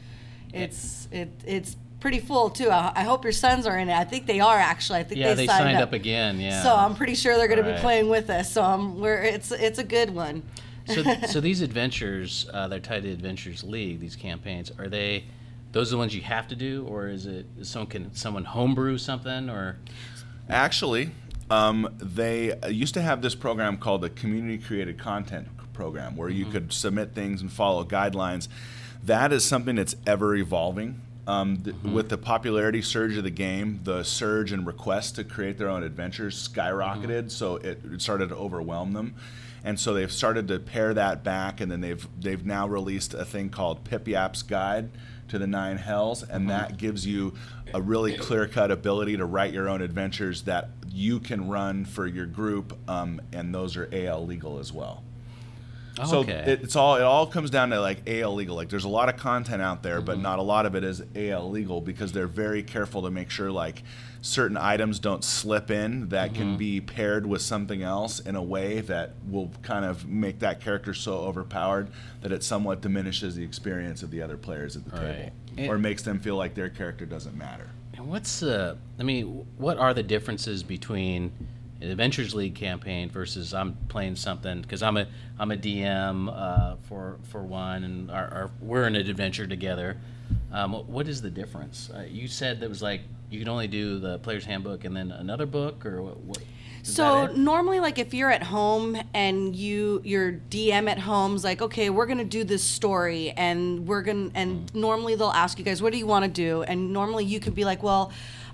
it's it it's pretty full too. I, I hope your sons are in it. I think they are actually. I think
Yeah, they
they,
signed up again. Yeah.
So I'm pretty sure they're going to
Right.
be playing with us. So I'm we're it's it's a good one.
so, so these adventures, uh, they're tied to Adventures League. These campaigns are they? Those are the ones you have to do, or is it is someone can someone homebrew something, or
Actually, um, they used to have this program called the Community Created Content Program, where you could submit things and follow guidelines. That is something that's ever evolving. Um, th- With the popularity surge of the game, the surge in requests to create their own adventures skyrocketed, so it it started to overwhelm them. And so they've started to pare that back, and then they've they've now released a thing called Pip Yap's Guide to the Nine Hells, and that gives you a really clear-cut ability to write your own adventures that you can run for your group, um, and those are AL legal as well.
oh,
So
okay,
it, it's all it all comes down to like AL legal. Like there's a lot of content out there, but not a lot of it is AL legal because they're very careful to make sure like certain items don't slip in that can be paired with something else in a way that will kind of make that character so overpowered that it somewhat diminishes the experience of the other players at the
Right.
table or makes them feel like their character doesn't matter.
and what's the? I mean, what are the differences between an Adventures League campaign versus I'm playing something because I'm a I'm a DM uh, for for one, and our, our, we're in an adventure together. Um, what is the difference? Uh, you said that was like you can only do the player's handbook and then another book, or what? what is
So
that it?
normally, like if you're at home and you your DM at home's like, okay, we're gonna do this story, and we're gonna, and
Mm.
normally they'll ask you guys, what do you want to do? And normally you could be like, well,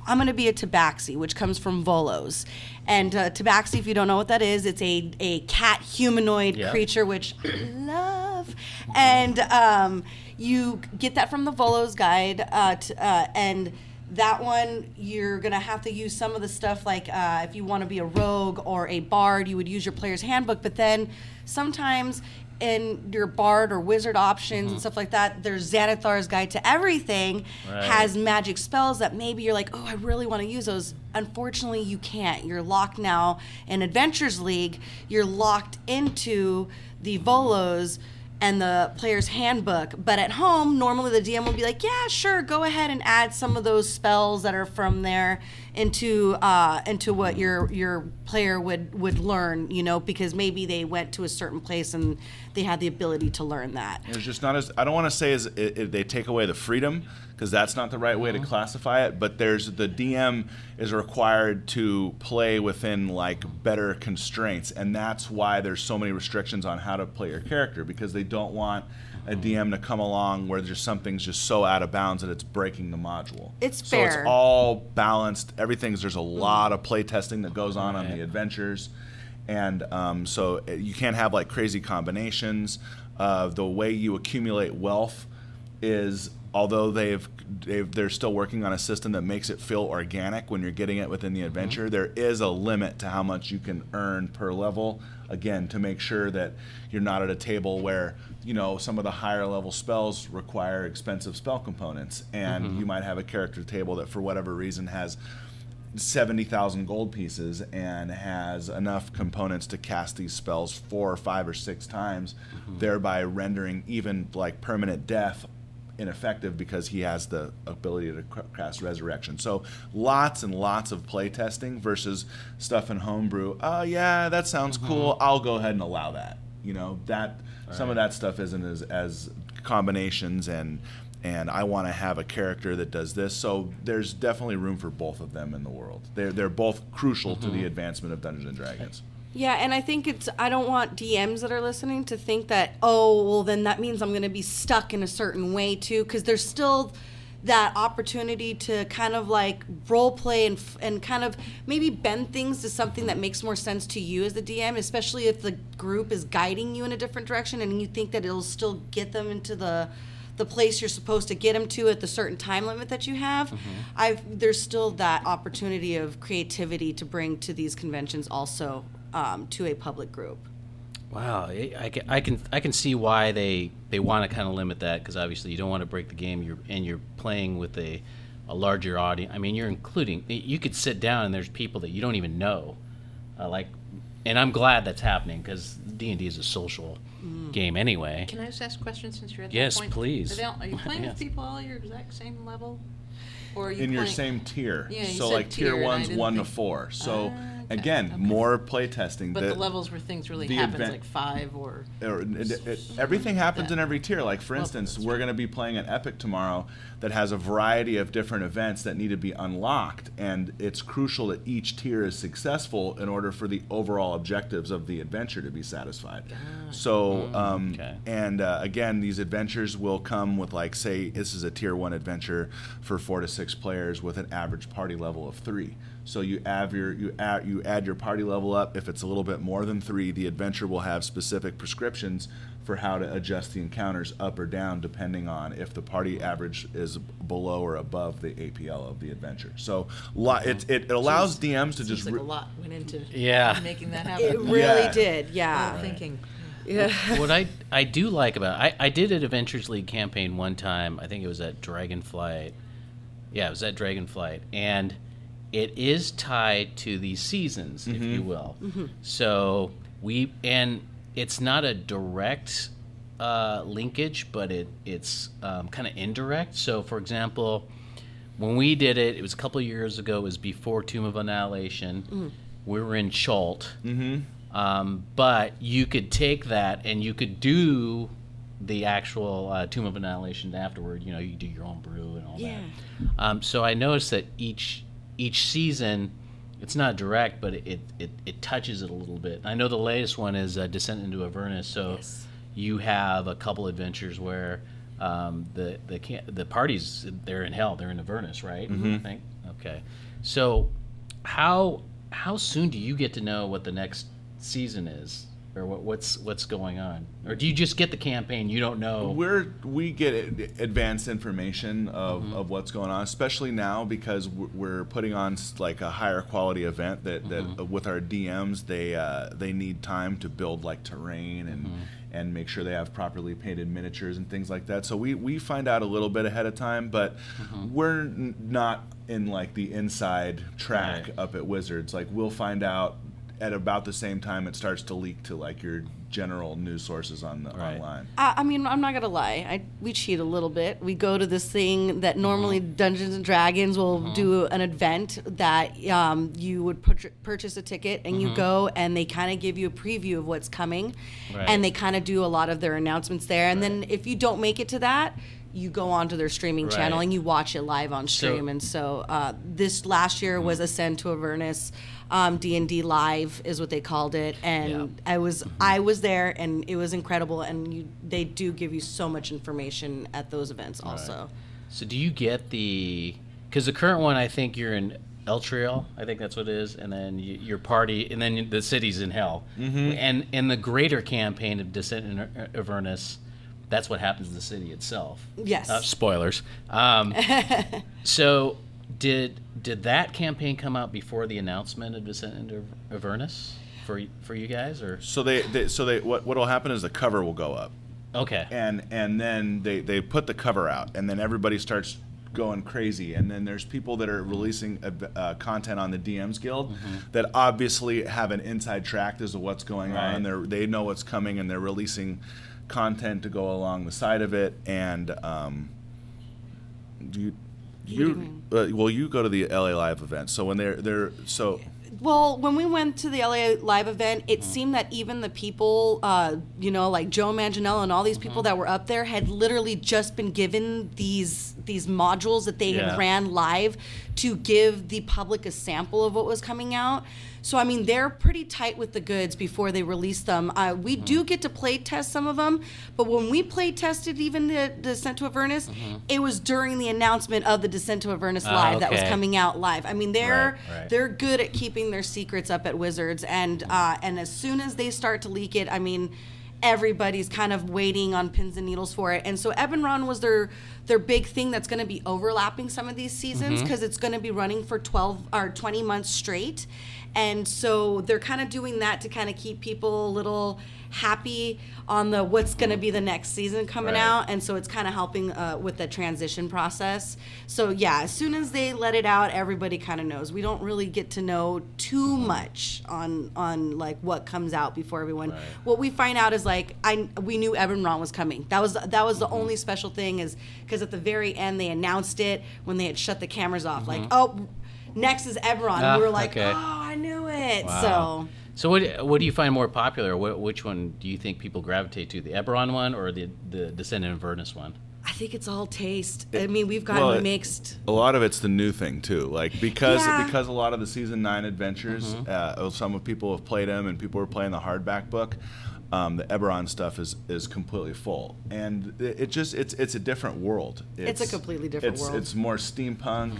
I'm gonna be a tabaxi, which comes from volos, and uh, tabaxi, if you don't know what that is, it's a a cat humanoid
Yeah.
creature, which I love, and um, you get that from the volos guide, uh, t- uh, and that one you're gonna have to use some of the stuff like uh, if you want to be a rogue or a bard you would use your player's handbook but then sometimes in your bard or wizard options and stuff like that there's xanathar's guide to everything
Right.
has magic spells that maybe you're like oh i really want to use those unfortunately you can't you're locked now in adventures league you're locked into the volos and the player's handbook. But at home, normally the DM will be like, "Yeah, sure, go ahead and add some of those spells that are from there into uh, into what your your player would would learn, you know, because maybe they went to a certain place and they had the ability to learn that."
There's just not as I don't want to say as it, it, they take away the freedom because that's not the right way
Uh-huh.
to classify it. But there's the DM is required to play within like better constraints, and that's why there's so many restrictions on how to play your character because they don't want a
Uh-huh.
DM to come along where there's something's just so out of bounds that it's breaking the module.
It's
so
fair.
it's all balanced. Everything's there's a lot of play testing that goes on on the adventures and um, so uh, you can't have like crazy combinations. Uh, the way you accumulate wealth is, although they've, they've they're still working on a system that makes it feel organic when you're getting it within the adventure. there is a limit to how much you can earn per level. Again, to make sure that you're not at a table where you know some of the higher level spells require expensive spell components, and you might have a character table that for whatever reason has seventy thousand gold pieces and has enough components to cast these spells four or five or six times, thereby rendering even like permanent death ineffective because he has the ability to cr- cast resurrection. So lots and lots of playtesting versus stuff in homebrew. Oh yeah, that sounds cool. I'll go ahead and allow that. You know that some of that stuff isn't as as combinations and and I want to have a character that does this. So there's definitely room for both of them in the world. They're they're both crucial to the advancement of Dungeons and Dragons.
Yeah, and I think it's I don't want DMs that are listening to think that oh well then that means I'm going to be stuck in a certain way too because there's still that opportunity to kind of like role play and f- and kind of maybe bend things to something that makes more sense to you as the DM, especially if the group is guiding you in a different direction and you think that it'll still get them into the the place you're supposed to get them to at the certain time limit that you have. I've there's still that opportunity of creativity to bring to these conventions also um, to a public group.
Wow, I I can I can, I can see why they, they want to kind of limit that because obviously you don't want to break the game. You're and you're playing with a, a larger audience. I mean, you're including. You could sit down and there's people that you don't even know, uh, like, and I'm glad that's happening because D and D is a social game anyway.
Can I just ask a question since you're at
Yes,
that point?
please.
Are, they all- are you playing
Yes.
with people all your exact same level, or are you
in your
playing-
same tier.
Yeah, you
so
said
like tier
tier, and I
one's
didn't
one to
think-
four. So
Ah, okay,
again,
okay.
more playtesting.
But the,
that-
levels where things really
the
happens,
event-
like five or
or- and it- it- everything happens
that.
in every tier. Like for
Well,
instance,
that's
we're going to be playing an epic tomorrow that has a variety of different events that need to be unlocked, and it's crucial that each tier is successful in order for the overall objectives of the adventure to be satisfied. So, um,
okay.
and uh, again, these adventures will come with like say this is a tier one adventure for four to six players with an average party level of three. So you add your you add you add your party level up. If it's a little bit more than three, the adventure will have specific prescriptions for how to adjust the encounters up or down depending on if the party average is below or above the APL of the adventure. So lo- it, it it allows DMs to
seems
just
like
re-
a lot went into
Yeah.
making that
It
happen.
really
Yeah.
did, yeah.
Thinking
what I I do like about I I did an Adventures League campaign one time. I think it was at Dragonflight. Yeah, it was at Dragonflight, and it is tied to the seasons, if you will. So we and it's not a direct uh, linkage, but it it's um, kind of indirect. So, for example, when we did it, it was a couple of years ago. It was before Tomb of Annihilation. We were in Chult. Um, but you could take that and you could do the actual uh, Tomb of Annihilation afterward. You know, you do your own brew and all
Yeah.
that. Um, so I noticed that each each season, it's not direct, but it it, it touches it a little bit. I know the latest one is uh, Descent into Avernus. So you have a couple adventures where um, the the ca- the parties they're in hell. They're in Avernus, right? I think. Okay. So how how soon do you get to know what the next season is or what, what's what's going on or do you just get the campaign you don't know
We're we get ad- advanced information of,
Mm-hmm.
of what's going on, especially now because we're- we're putting on s- like a higher quality event that, that uh,
Mm-hmm.
with our DMs they uh, they need time to build like terrain and
Mm-hmm.
and make sure they have properly painted miniatures and things like that. So we we find out a little bit ahead of time, but
Mm-hmm.
we're n- not in like the inside track
Right.
up at Wizards. Like we'll find out at about the same time it starts to leak to like your general news sources on the
Right.
online.
I, I mean, I'm not gonna lie. I we cheat a little bit. We go to this thing that
Uh-huh.
normally Dungeons and Dragons will do an event that um, you would pur- purchase a ticket and
Mm-hmm.
you go and they kind of give you a preview of what's coming,
Right.
and they kind of do a lot of their announcements there. And then if you don't make it to that. You go onto their streaming channel
Right.
and you watch it live on stream, and so uh, this last year was Ascend to Avernus, Um, D and D Live is what they called it, and
Yeah.
I was I was there and it was incredible and you they do give you so much information at those events also.
so do you get the because the current one i think you're in el Trial, i think that's what it is and then you, your party and then the city's in hell and and the greater campaign of descent in avernus that's what happens to the city itself
Yes.
Uh, spoilers. Um, so, did did that campaign come out before the announcement of Descent into Avernus for y- for you guys, or
So they, they so they what what'll happen is the cover will go up
okay?
and and then they they put the cover out and then everybody starts going crazy. And then there's people that are releasing uh, uh, content on the DMs Guild that obviously have an inside track as to what's going
Right.
on. They're, they know what's coming and they're releasing content to go along the side of it. And um, you, you, uh, well, you go to the LA Live event. So when they're, they're so.
Well, when we went to the LA Live event,
Mm.
it seemed that even the people, uh, you know, like Joe Manganiello and all these
Mm-hmm.
people that were up there had literally just been given these these modules that they
Yeah.
had ran live to give the public a sample of what was coming out. So I mean, they're pretty tight with the goods before they release them. Uh, we
Mm-hmm.
do get to play test some of them, but when we play tested even the Descent to Avernus, it was during the announcement of the Descent to Avernus
Mm-hmm. Ah,
live that was
okay.
coming out live. I mean, they're
Right, right.
they're they're good at keeping their secrets up at Wizards, and uh, and as soon as they start to leak it, I mean, everybody's kind of waiting on pins and needles for it. And so Ebonron was their their big thing that's going to be overlapping some of these seasons because it's going to be running for twelve or twenty months straight, and so they're kind of doing that to kind of keep people a little happy on the what's going to be the next season coming
Right.
out and so it's kind of helping uh, with the transition process. So yeah, as soon as they let it out, everybody kind of knows. We don't really get to know too much on on like what comes out before everyone. What we find out is like I we knew Evan Ron was coming. That was that was the only special thing is because at the very end they announced it when they had shut the cameras off. Like oh. Next is Ebron.
Ah,
we were like,
okay.
oh, I knew it.
Wow.
So
So what what do you find more popular? What, which one do you think people gravitate to? The Eberron one or the the Descendant of Avernus one?
I think it's all taste. I mean, we've gotten
well, it-
mixed.
A lot of it's the new thing too, like because
Yeah.
because a lot of the season nine adventures,
Mm-hmm.
uh, some of people have played them, and people are playing the hardback book. Um, the Eberron stuff is is completely full, and it, it just it's it's a different world.
It's a completely different
it's-
world.
It's more steampunk.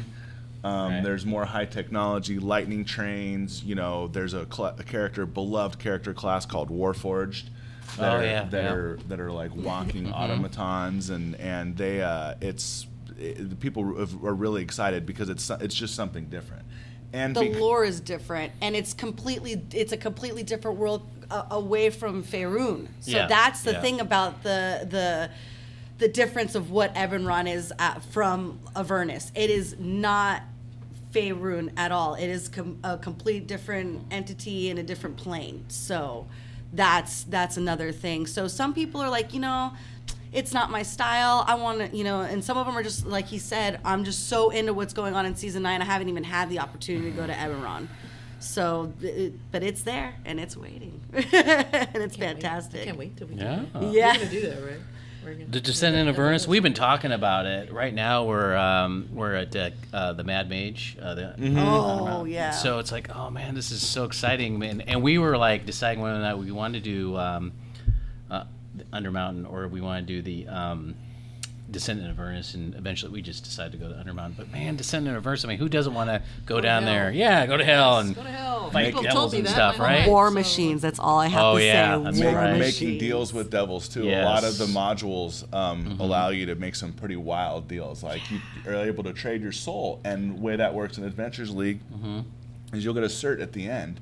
Um,
Right.
There's more high technology, lightning trains. You know, there's a, cla a character, beloved character class called Warforged. That
Oh,
are,
yeah,
that
yeah.
are that are like walking automatons, and and they uh, it's it, the people are really excited because it's it's just something different. And
the
bec-
lore is different and it's completely it's a completely different world uh, away from Faerun. So
Yeah,
that's the
yeah.
thing about the the the difference of what Evanron is at, from Avernus. It is not Faerun at all. It is com- a complete different entity in a different plane. So that's that's another thing. So some people are like, you know, it's not my style. I want to, you know, and some of them are just like he said, I'm just so into what's going on in season 9. I haven't even had the opportunity to go to Eberron. So it, but it's there and it's waiting. and it's fantastic.
Can't wait till we
Yeah.
Yeah.
do, do that, right? We're gonna-
The Descendant of Avernus. We've been talking about it. Right now we're um, we're at uh, uh, the Mad Mage. Uh, the,
Oh, yeah.
So it's like, oh man, this is so exciting, man. And we were like deciding whether or not we wanted to do um, uh, the Undermountain or we want to do the um, Descendant of Avernus, and eventually we just decided to go to Undermountain. But man, Descendant of Avernus, I mean, who doesn't want to go down
hell.
there? Yeah, go to hell and
Go to hell.
Make
People
devils
told me
and
that
stuff,
my whole
right?
life,
War
so-
machines, that's all I have
Oh,
to
yeah,
say.
that's
War
right.
making
machines.
deals with devils too. A lot of the
Yes. Mm-hmm.
modules um, allow you to make some pretty wild deals. Like you are able to trade your soul, and the way that works in Adventures League
Mm-hmm.
is you'll get a cert at the end.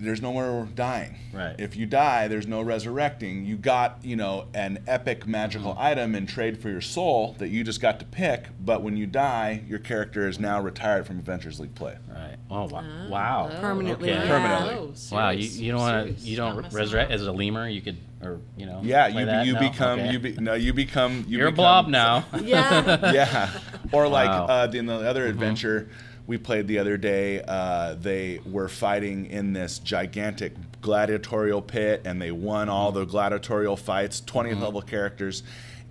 There's no more dying.
Right.
If you die, there's no resurrecting. You got, you know, an epic magical
Mm-hmm.
item in trade for your soul that you just got to pick, but when you die, your character is now retired from Adventures League play.
right. Oh wow, wow.
Permanently,
Okay.
yeah.
Permanently.
Uh, Oh, serious,
Wow, you, you don't want
serious.
to you
Not
don't
messing
resurrect
up.
as a lemur. You could or you know.
Yeah,
play
you,
that?
you
No?
become
Okay.
you be, no you become you
You're a
become-
blob now.
Yeah.
yeah. Or like
Wow. Mm-hmm.
uh, the, in the other adventure we played the other day, uh, they were fighting in this gigantic gladiatorial pit, and they won
Mm-hmm.
all the gladiatorial fights. 20th level characters.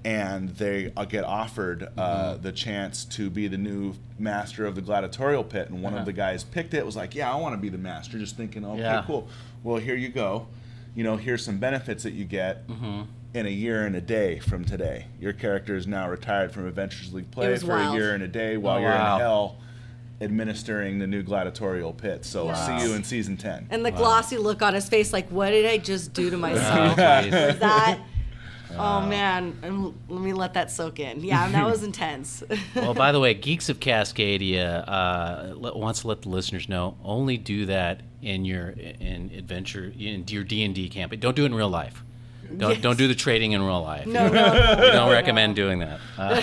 And they uh, get offered uh,
Mm-hmm.
the chance to be the new master of the gladiatorial pit. And one of the guys picked it, was like, Yeah, I want to be the master, just thinking, Okay,
Uh-huh. Yeah.
cool. Well, here you go. You know, here's some benefits that you get
Mm-hmm.
in a year and a day from today. Your character is now retired from Adventures League play
was
for a
wild.
year and a day while
Oh,
you're
wow.
in hell administering the new gladiatorial pit. So see you in season 10.
And the glossy look on his face, like, what did I just do to myself?
Jeez.
that. Oh man, Um, let me let that soak in. Yeah, that was intense.
well, by the way, Geeks of Cascadia uh, le- wants to let the listeners know: only do that in your in adventure in your D and D campaign. Don't do it in real life. Don't
Yes.
don't do the trading in real life.
No, no.
We don't recommend doing that. Uh,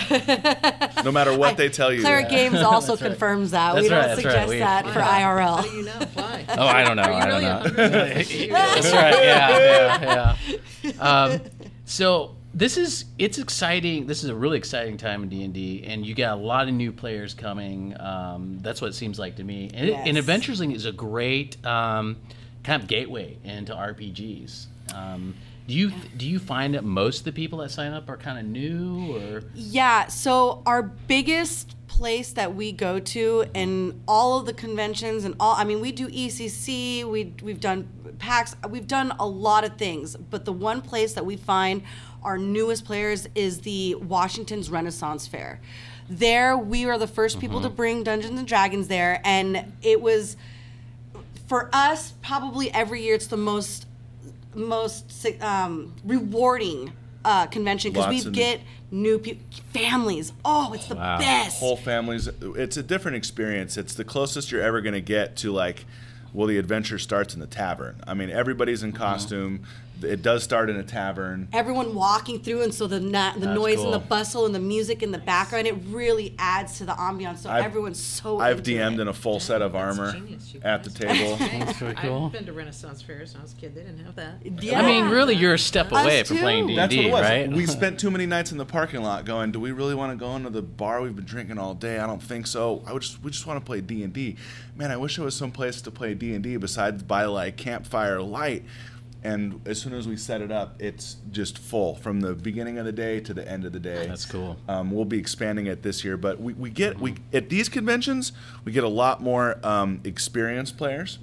No matter what they tell you.
Claret Games also confirms that. we
That's
don't
right, that's right.
suggest
We-
that for
How do
IRL.
you know? Why?
oh, I don't know.
Are you
I don't
really
know.
100%?
That's right. Yeah, yeah, yeah. Um, so this is it's exciting. This is a really exciting time in D anD D, and you got a lot of new players coming. Um, that's what it seems like to me. And, it, and
Yes.
Adventures League is a great um, kind of gateway into RPGs. Um, do you do you find that most of the people that sign up are kind of new or
Yeah, so our biggest place that we go to in all of the conventions and all I mean we do ECC, we we've done PAX, we've done a lot of things, but the one place that we find our newest players is the Washington's Renaissance Fair. There we were the first people to bring Dungeons and Dragons there and it was for us probably every year it's the most most si- um, rewarding uh, convention because
Lots
we
of-
get new peop families. Oh, it's the best.
whole families it's a different experience it's the closest you're ever going to get to like well the adventure starts in the tavern i mean everybody's in costume it does start in a tavern
Everyone walking through, and so the na- the
That's
noise and the
cool.
bustle and the music in the background, it really adds to the ambiance. So
I've-
everyone's so.
i've
into
dm'd
it.
in a full set of armor
genius. You
at the
guys-
table
That's pretty cool.
I've been to Renaissance fairs when I was a kid. They didn't have that.
Yeah.
I mean, really, you're a step
Us
away from
too.
playing D and
that's what
D,
it was
right?
we spent too many nights in the parking lot going do we really want to go into the bar we've been drinking all day i don't think so i would just we just want to play d&d man i wish there was some place to play d&d besides by like campfire light and as soon as we set it up it's just full from the beginning of the day to the end of the day
That's cool.
um, we'll be expanding it this year, but we, we get we at these conventions we get a lot more um, experienced players,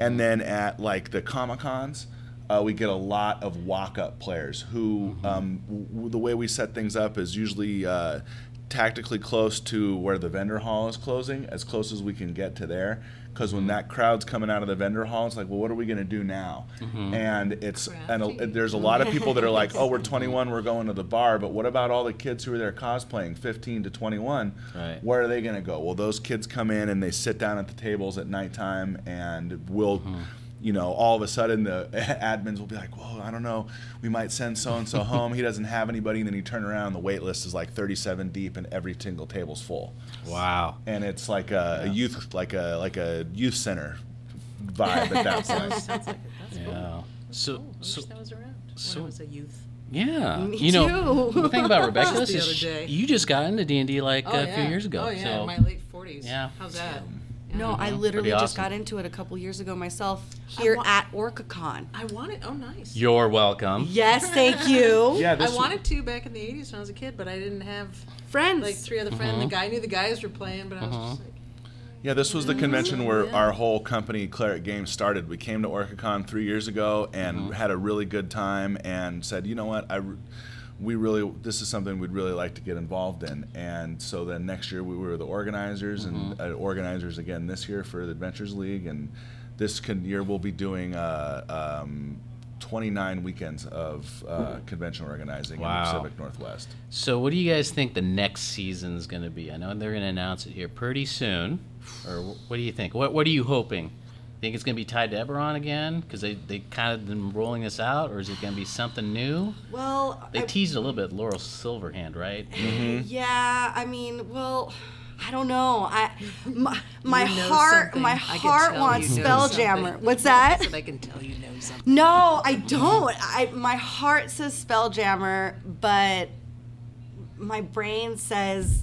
and then at like the comic cons, uh, we get a lot of walk up players who um, w- w- the way we set things up is usually uh, tactically close to where the vendor hall is closing, as close as we can get to there. Because when that crowd's coming out of the vendor hall, it's like, well, what are we going to do now? And it's and a,
Crafty.
there's a lot of people that are like, oh, we're 21, we're going to the bar, but what about all the kids who are there cosplaying, 15 to 21?
Right.
Where are they going to go? Well, those kids come in and they sit down at the tables at nighttime, and we'll, you know, all of a sudden the admins will be like, whoa, I don't know, we might send so and so home. He doesn't have anybody, and then you turn around, the wait list is like 37 deep, and every single table's full,
Wow.
and it's like a, a youth, like a like a youth center vibe at that point.
Sounds like it. That's cool.
Yeah. So,
I wish
so
that was around when
so-
I was a youth.
Yeah,
Me
you know
too.
the thing about Rebecca
Just the
is
other
sh-
day.
you just got into D and D like a few years ago.
Oh yeah,
so.
my late forties.
Yeah.
How's that?
No, I literally
Pretty
just
awesome.
got into it a couple years ago myself here
wa-
at OrcaCon.
I wanted. Oh, nice.
You're welcome.
Yes, thank you.
Yeah,
I
this
wanted to back in the '80s when I was a kid, but I didn't have
Friends.
like three other friends.
Mm-hmm.
The guy I knew the guys were playing, but I was just like,
Yeah, this was the convention where our whole company, Claret Games, started. We came to OrcaCon three years ago and had a really good time and said, you know what, I, re- we really, this is something we'd really like to get involved in. And so then next year we were the organizers and uh, organizers again this year for the Adventures League. And this con- year we'll be doing uh, um, 29 weekends of uh, convention organizing
Wow.
in the Pacific Northwest.
So, what do you guys think the next season's going to be? I know they're going to announce it here pretty soon. Or wh- what do you think? What What are you hoping? Think it's going to be tied to Eberron again because they they kind of been rolling this out, or is it going to be something new?
well,
They
I-
teased a little bit Laurel Silverhand, right?
Yeah, I mean, well, I don't know. I my, my
You know
heart
something.
my
I can
heart
tell
wants
you know
Spelljammer.
something.
What's that?
I said I can tell you know something.
No, I don't. I my heart says Spelljammer, but my brain says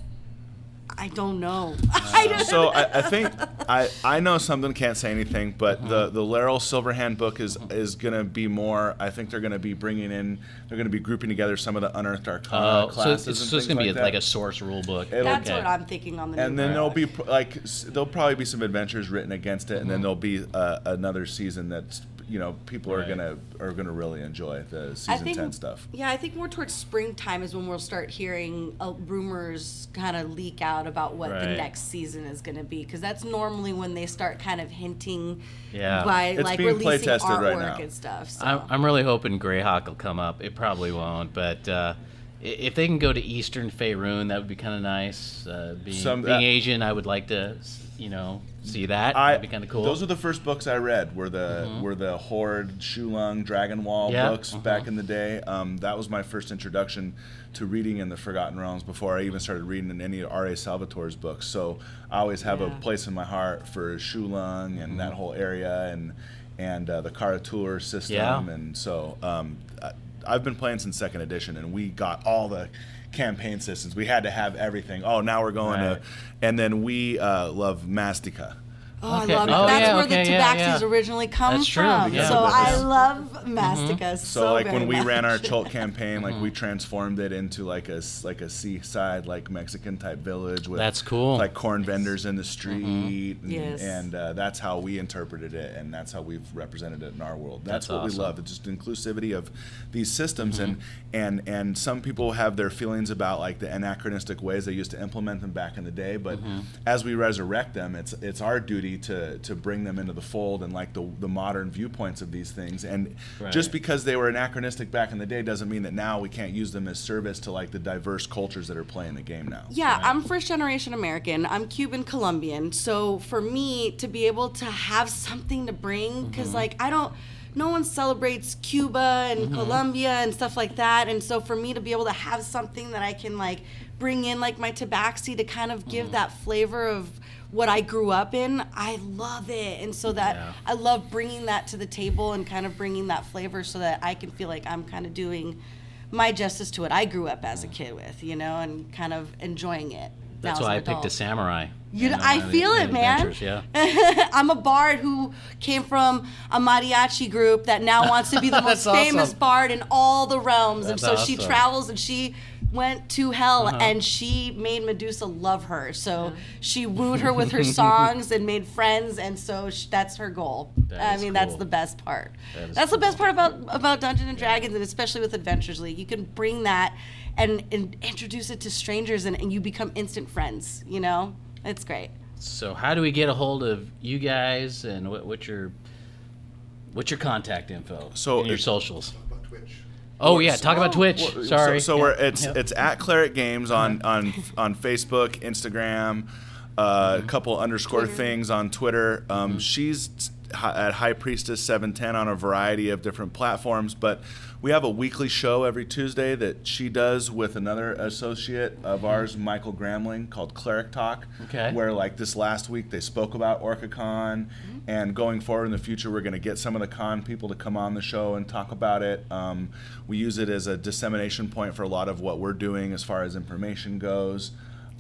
I don't know. I don't
so I, I think I, I know something can't say anything, but
Uh-huh.
the the Laurel Silverhand book is is gonna be more. I think they're gonna be bringing in. They're gonna be grouping together some of the unearthed arcana
Oh, so
classes.
it's,
and
so it's
things
going to be
like
a- like
that.
a source rule book.
It'll-
That's
okay.
what I'm thinking on the
And
new
then
one.
there'll be pr- like s- there'll probably be some adventures written against it, and then there'll be uh, another season that's you know people are
Uh-huh. Right.
gonna are gonna really enjoy the
I
season
think-
ten stuff.
Yeah, I think more towards springtime is when we'll start hearing uh, rumors kind of leak out about what the
Right.
next season is going to be because that's normally when they start kind of hinting
Yeah.
by
It's
like
being
releasing
play-tested
artwork
right now.
and stuff. So.
I'm, I'm really hoping Greyhawk will come up. It probably won't, but uh, i- if they can go to Eastern Faerun, that would be kind of nice. Uh, being
Some-
being
uh,
Asian, I would like to, s- you know, see that.
I-
That'd be kind of cool. Mm-hmm.
Those were the first books I read. Were the were the Horde, Shulung, Dragon Wall
Yeah, Uh-huh.
books back in the day. Um, that was my first introduction to reading in the Forgotten Realms before I even started reading in any of R.A. Salvatore's books. So I always have a
Yeah.
place in my heart for Shulung and
Mm-hmm.
that whole area and and uh, the Karatur system.
Yeah.
And so um, I, I've been playing since second edition, and we got all the campaign systems. We had to have everything. Oh, now we're going
Right.
to, and then we uh, love Mastica.
Oh,
Okay.
I love it.
Oh,
That's
yeah,
where
okay,
the
yeah,
tabaxis
yeah.
originally come
That's true,
from.
yeah.
So I
Yeah.
love mastica so,
Mm-hmm. So, like when
very
we ran our
much.
Cholt campaign, like we
Mm-hmm.
transformed it into like a s- like a seaside like Mexican type village with
That's cool. Mm-hmm.
like corn vendors in the street, and,
Yes.
and uh, that's how we interpreted it, and that's how we've represented it in our world. That's,
That's
what
awesome. Mm-hmm.
we love. It's just inclusivity of these systems, and and and some people have their feelings about like the anachronistic ways they used to implement them back in the day, but
Mm-hmm.
as we resurrect them, it's it's our duty to to bring them into the fold and like the the modern viewpoints of these things, and just
Right.
because because they were anachronistic back in the day doesn't mean that now we can't use them as service to like the diverse cultures that are playing the game now.
Yeah, I'm first generation American. I'm Cuban Colombian. So for me to be able to have something to bring, because like I don't, no one celebrates Cuba and Colombia and stuff like that. And so for me to be able to have something that I can like bring in, like my tabaxi, to kind of give that flavor of what I grew up in, I love it. And so that
Yeah.
I love bringing that to the table and kind of bringing that flavor so that I can feel like I'm kind of doing my justice to what I grew up as a kid with, you know, and kind of enjoying it.
That's
now as
why
an
I picked a
adult.
samurai.
You
know,
know, I
mean,
feel
the
it, man.
adventures, Yeah.
I'm a bard who came from a mariachi group that now wants to be the most
That's awesome.
famous bard in all the realms. and so
That's
she
awesome. Uh-huh.
travels and she went to hell and she made Medusa love her. So she wooed her with her songs and made friends. And so sh- that's her goal.
That
I
is
mean, that's
cool.
the best part.
That is
that's the best
cool.
part about, about Dungeons and Dragons and especially with Adventures League. You can bring that and, and introduce it to strangers and, and you become instant friends, you know? It's great.
So how do we get a hold of you guys and what, what's your what's your contact info?
So
and your
it-
socials.
About Twitch.
Oh yeah, talk about Twitch.
Well,
Sorry.
So, so
Yeah.
we're it's
Yep.
it's at Claret Games on on on Facebook, Instagram, uh,
Mm-hmm.
a couple underscore things on Twitter. Um, She's t- hi- at High Priestess Seven Ten on a variety of different platforms, but. We have a weekly show every Tuesday that she does with another associate of ours, Michael Gramling, called Cleric Talk.
Mm-hmm. Okay.
Where like this last week they spoke about OrcaCon,
Mm-hmm.
and going forward in the future we're going to get some of the con people to come on the show and talk about it. Um, we use it as a dissemination point for a lot of what we're doing as far as information goes,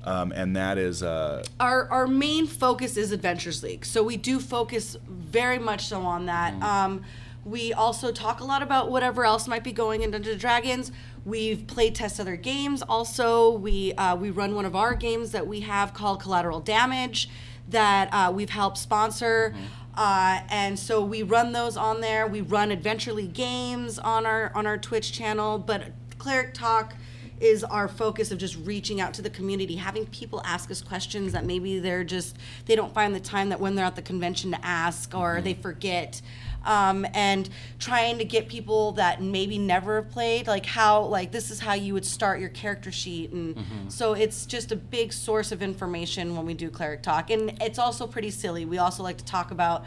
um, and that is uh,
our our main focus is Adventures League, so we do focus very much so on that. Um, we also talk a lot about whatever else might be going in Dungeons and Dragons. We've played test other games. Also, we uh, we run one of our games that we have called Collateral Damage, that uh, we've helped sponsor. Uh, and so we run those on there. We run Adventure League games on our on our Twitch channel, but Cleric Talk is our focus of just reaching out to the community, having people ask us questions that maybe they're just they don't find the time that when they're at the convention to ask or they forget. Um, and trying to get people that maybe never have played, like how, like this is how you would start your character sheet, and so it's just a big source of information when we do cleric talk, and it's also pretty silly. We also like to talk about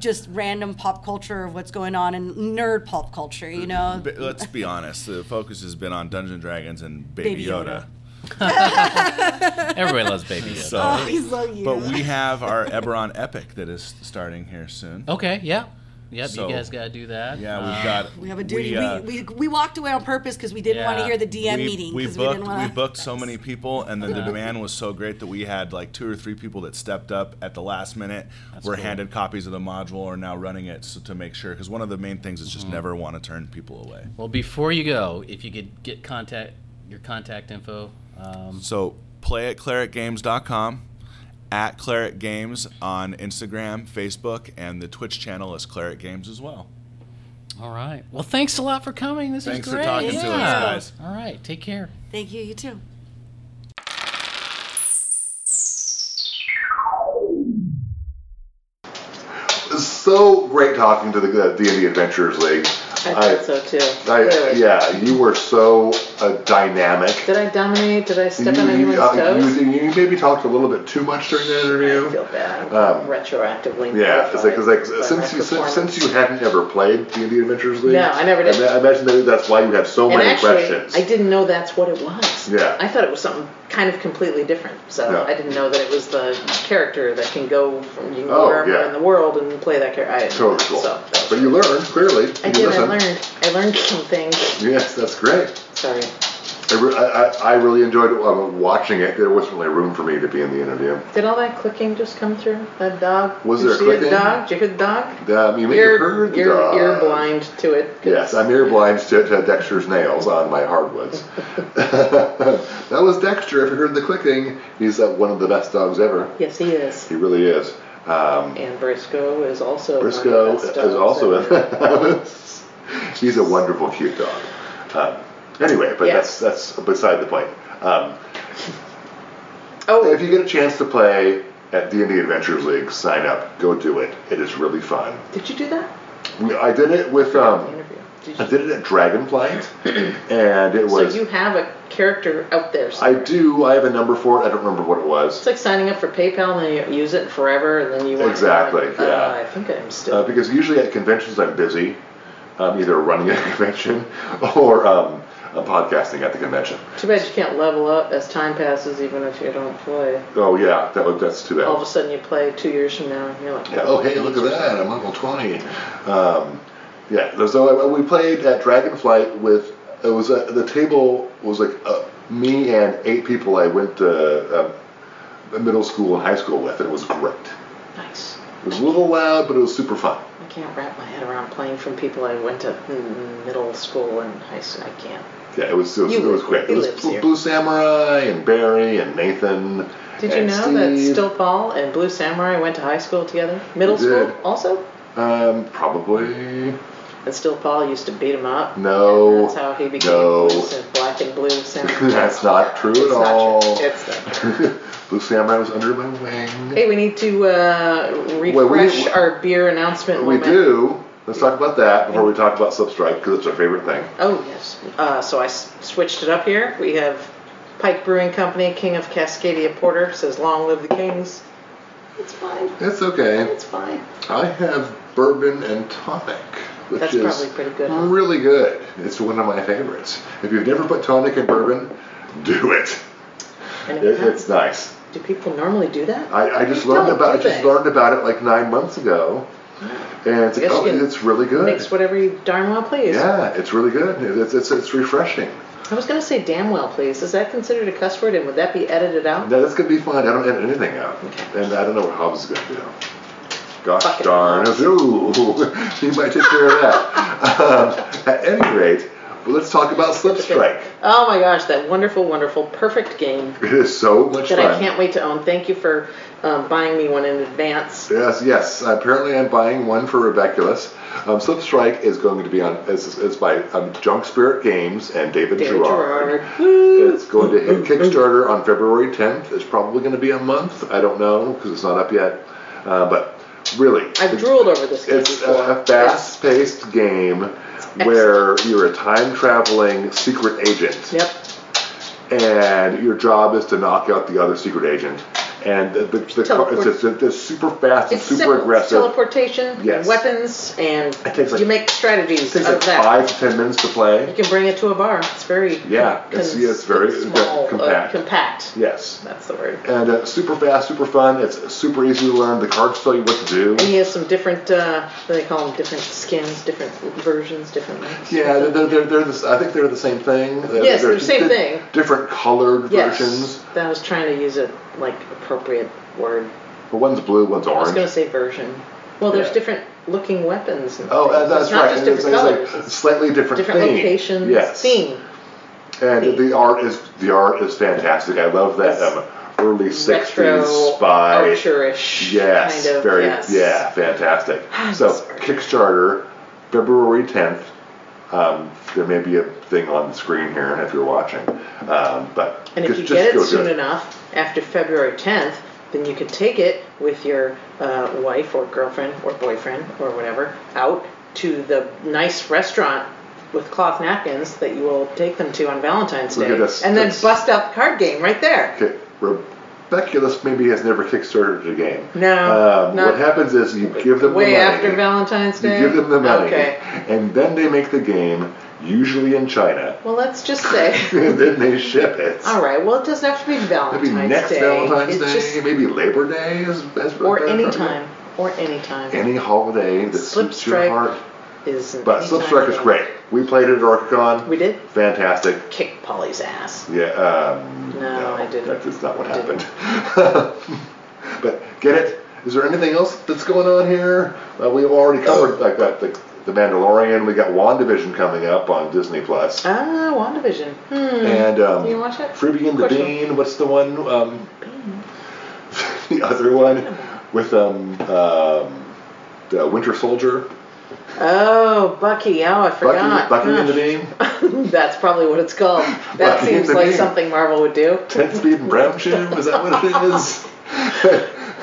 just random pop culture of what's going on in nerd pop culture, you know.
b- let's be honest, the focus has been on Dungeons and Dragons and Baby,
Baby Yoda.
Yoda.
everybody loves Baby Yoda.
So,
Please love you.
but we have our Eberron Epic that is starting here soon.
okay, yeah, yep.
So-
you guys gotta do that.
Yeah,
Uh,
we've got
We have a duty. We,
uh,
we, we, walked away on purpose because we didn't want to
Yeah.
hear the DM
we,
meeting
we
because
booked
we, didn't want
we booked so many people and then the demand was so great that we had like two or three people that stepped up at the last minute were
cool.
handed copies of the module or now running it so to make sure because one of the main things is just never want to turn people away
Well, before you go, if you could get contact your contact info. Um,
so play at claretgames.com at claret games on instagram facebook and the twitch channel is claret games as well
all right. Well, thanks a lot for coming. This
thanks
is
for
great.
talking to us
Yeah.
guys
All right. Take care.
Thank you. You too.
So great talking to the uh, D&D Adventures League.
I thought so too.
I,
Really.
yeah, you were so a dynamic.
Did I dominate? Did I
You,
step on anyone's
you, uh,
toes?
you, you maybe talked a little bit too much during the
I
interview.
feel bad.
Um,
Retroactively.
Yeah, it's like, it's like
horrified by
since
my
you since,
performance.
since you hadn't ever played D and D Adventures League.
No, I never did.
I, ma- I imagine that that's why you had so
and
many
actually,
questions.
I didn't know that's what it was.
Yeah.
I thought it was something kind of completely different. So
Yeah.
I didn't know that it was the character that can go from you can go
Oh,
wherever
yeah.
in the world and play that character. I
Totally cool.
So that was
but you learned clearly.
I
You
did. I
listened.
learned. I learned something.
Yes, that's great.
Sorry.
I, re- I, I- I really enjoyed um, watching it. There wasn't really room for me to be in the interview.
Did all that clicking just come through? That dog?
Was
Did
there
you see
clicking?
The dog? Did you hear the dog?
Um, you may have
You're,
heard the
you're,
dog.
you're blind to it. 'cause-
Yes, I'm ear blind to, to Dexter's nails on my hardwoods. that was Dexter. If you heard the clicking, he's uh, one of the best dogs ever.
Yes, he is.
He really is. Um,
And Briscoe is also. one of the
Briscoe
best
is
dogs
also
ever.
a. he's a wonderful, cute dog. Um, anyway, but
Yes.
that's that's beside the point. Um,
Oh,
if you get a chance to play at D and D Adventures League, sign up. Go do it. It is really fun.
did you do that?
We- I did it with
The
um,
interview. Did
I
you?
did it at Dragonflight, and it
So
was.
you have a character out there.
I
somewhere.
do. I have a number for it. I don't remember what it was.
It's like signing up for PayPal and then you use it forever and then you want
Exactly,
To,
yeah.
I think I'm
uh,
still.
because usually at conventions I'm busy, um, either running a convention or um, I'm podcasting at the convention.
too bad you can't level up as time passes, even if you don't play.
Oh yeah, that would, that's too bad.
All of a sudden, you play two years from now, and you're like,
Yeah, oh, hey, look at that. I'm level 20. Um, yeah, so I- we played at Dragonflight with, it was uh the table was like uh, me and eight people I went to um, middle school and high school with, and it was great.
Nice.
It was a little loud, but it was super fun.
I can't wrap my head around playing from people I went to mm, middle school and high school. I can't.
Yeah, it was, it was,
You
it was
live-
great.
you
It was
live
Blue,
here.
Blue Samurai and Barry and Nathan.
Did you
and
know that
Steve.
Still Paul and Blue Samurai went to high school together? Middle
We did.
school also?
Um, probably.
And Still Paul used to beat him up.
No.
That's how he became
no.
Blue Sam- black and blue Samurai.
That's not true
It's
at
not
all.
True. It's not true.
Blue Samurai was under my wing.
Hey, we need to uh, refresh
we-
our beer announcement.
We
limit.
do. Let's talk about that before we talk about Substrike because it's our favorite thing.
Oh yes. Uh, so I s- switched it up here. We have Pike Brewing Company, King of Cascadia Porter says, "Long live the kings." It's fine.
It's okay.
It's fine.
I have bourbon and tonic, which
That's
is
probably pretty good, huh?
Really good. It's one of my favorites. If you've never put tonic in bourbon, do it.
And
it it's nice.
do people normally do that?
I, I just
They
learned
don't,
about. I
do
just
they?
learned about it like nine months ago, and it's like,
Yes,
oh,
you can
it's really good.
Mix whatever you darn well please.
Yeah, it's really good. It's it's, it's refreshing.
I was gonna say damn well please. Is that considered a cuss word, and would that be edited out?
No, that's gonna be fun. I don't edit anything out, and I don't know what Hobbs is gonna do. Gosh
Fucking
darn!
Hobbs.
Ooh, he might take care of that. um, at any rate, well, let's talk about Slip Strike.
Oh my gosh, that wonderful, wonderful, perfect game
It is so much
that
fun.
I can't wait to own. Thank you for um, buying me one in advance.
Yes, yes. Apparently, I'm buying one for Rebeculus. Um, Slip Strike is going to be on. It's, it's by um, Junk Spirit Games and David,
David
Gerard.
Gerard. Woo!
It's going to hit Kickstarter on February 10th. It's probably going to be a month. I don't know because it's not up yet. Uh, but really,
I've
it's,
drooled over this game
it's
before.
a fast-paced game where you're a time-traveling secret agent
Yep.
and your job is to knock out the other secret agent. And the, the, the car, it's, it's, it's super fast and
It's
super
simple. It's
aggressive.
teleportation,
Yes.
weapons, and
takes like-
you make strategies
It takes
out
like
of that.
five to ten minutes to play.
You can bring it to a bar. It's very
Yeah, it's- yeah, it's very
small, uh,
compact.
compact.
Yes.
That's the word.
And uh, super fast, super fun. It's super easy to learn. The cards tell you what to
And
do.
he has some different, uh, what do they call them? Different skins, different versions, different.
Yeah, they're, they're, they're the, I think they're the same thing.
Yes, they're the same thing.
Different colored
Yes.
versions.
That was trying to use a like appropriate word.
But one's blue, one's
I was
orange.
going to say version. Well, there's
Yeah.
different looking weapons. And
Oh, and
things.
that's
it's not
right.
Just
And it's,
different
like- it's
colors.
like slightly different,
different
theme.
locations.
Yes.
Theme.
And the art is the art is fantastic. I love that
Yes.
um, early
retro,
'60s spy.
archerish.
Yes,
Kind of.
very
yes.
yeah, fantastic. So
sorry.
Kickstarter, February 10th. Um, there may be a thing on the screen here if you're watching, um, but
And if
just,
you
just
get
go
it
do
soon
it.
enough, after February 10th, then you can take it with your uh, wife or girlfriend or boyfriend or whatever out to the nice restaurant with cloth napkins that you will take them to on Valentine's
Look
Day,
at this.
and then
That's-
bust out the card game right there.
Okay, Rebecca, this maybe has never kickstarted a game.
No,
Um,
not-
what happens is you give them
Way
the money.
after Valentine's
You
Day.
give them the money,
Okay.
and then they make the game, usually in China.
Well, let's just say.
and then they ship it.
All right. Well, it doesn't have to be Valentine's
Maybe next
Day.
Valentine's
It's
Day,
just-
maybe Labor Day is best.
or any time, or any time.
Any holiday that
Slip
suits
Strike.
your heart.
is an
But
anytime
Slip Strike is
thing.
great. We played it at OrcaCon.
We did
Fantastic.
kick Polly's ass.
Yeah, um,
No, I didn't.
That's just not what happened. but get it? Is there anything else that's going on here? Uh, we've already covered like that the, the Mandalorian. We got Wandavision coming up on Disney Plus.
Ah, WandaVision. Hmm.
And um,
You watch it?
Freebie and the
Question.
Bean. What's the one? Um, the other one with um, um, the Winter Soldier.
Oh, Bucky. Oh, I
Bucky,
forgot.
Bucky and the Bean.
Bean. That's probably what it's called. That
Bucky and
seems
the
like
Bean.
something Marvel would do.
Ted Speed and Brown Jim. Is that what it is?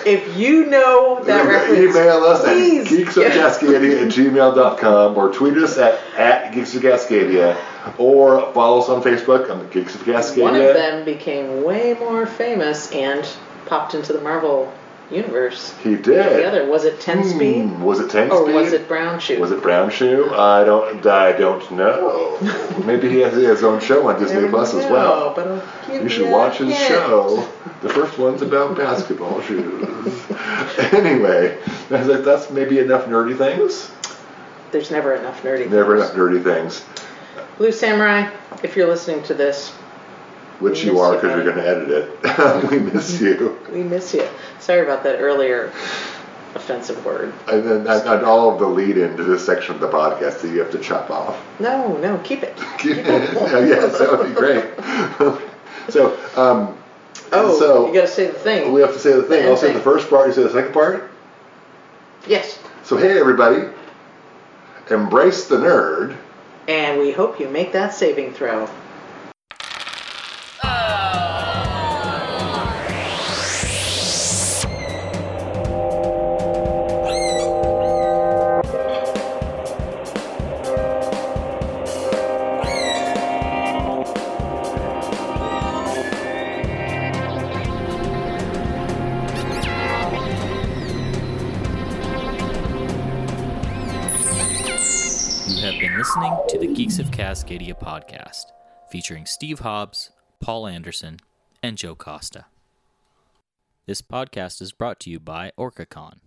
If you know that reference,
Email us at
please give-
geeksofcascadia at gmail.com or tweet us at, at Geeks of Cascadia or follow us on Facebook on the Geeks of Cascadia.
One of them became way more famous and popped into the Marvel universe.
He did.
The other was it Ten Speed
Hmm, was it ten
or
speed?
was it Brown Shoe?
Was it brown shoe? I don't. I don't know. Maybe he has his own show on Disney
Never
Plus as
know,
well.
but I'll give
You should
a
watch his
hint.
show. Oh, The first one's about basketball shoes. Anyway, that's, that's maybe enough nerdy things.
There's never enough nerdy.
Never enough nerdy things.
Blue Samurai, if you're listening to this,
Which
We
you
miss
are
you,
because you're
buddy.
going to edit it. we miss you.
we miss you. Sorry about that earlier offensive word.
And then and, and all of the lead into this section of the podcast that you have to chop off.
No, no, keep it.
yeah, yes, that would be great. so, um,
Oh,
so
you got to say the thing.
we have to say the thing.
end
I'll say
thing.
the first part, you say the second part.
yes,
So, hey, everybody, embrace the nerd.
and we hope you make that saving throw.
You have been listening to the Geeks of Cascadia podcast, featuring Steve Hobbs, Paul Anderson, and Joe Costa. This podcast is brought to you by OrcaCon.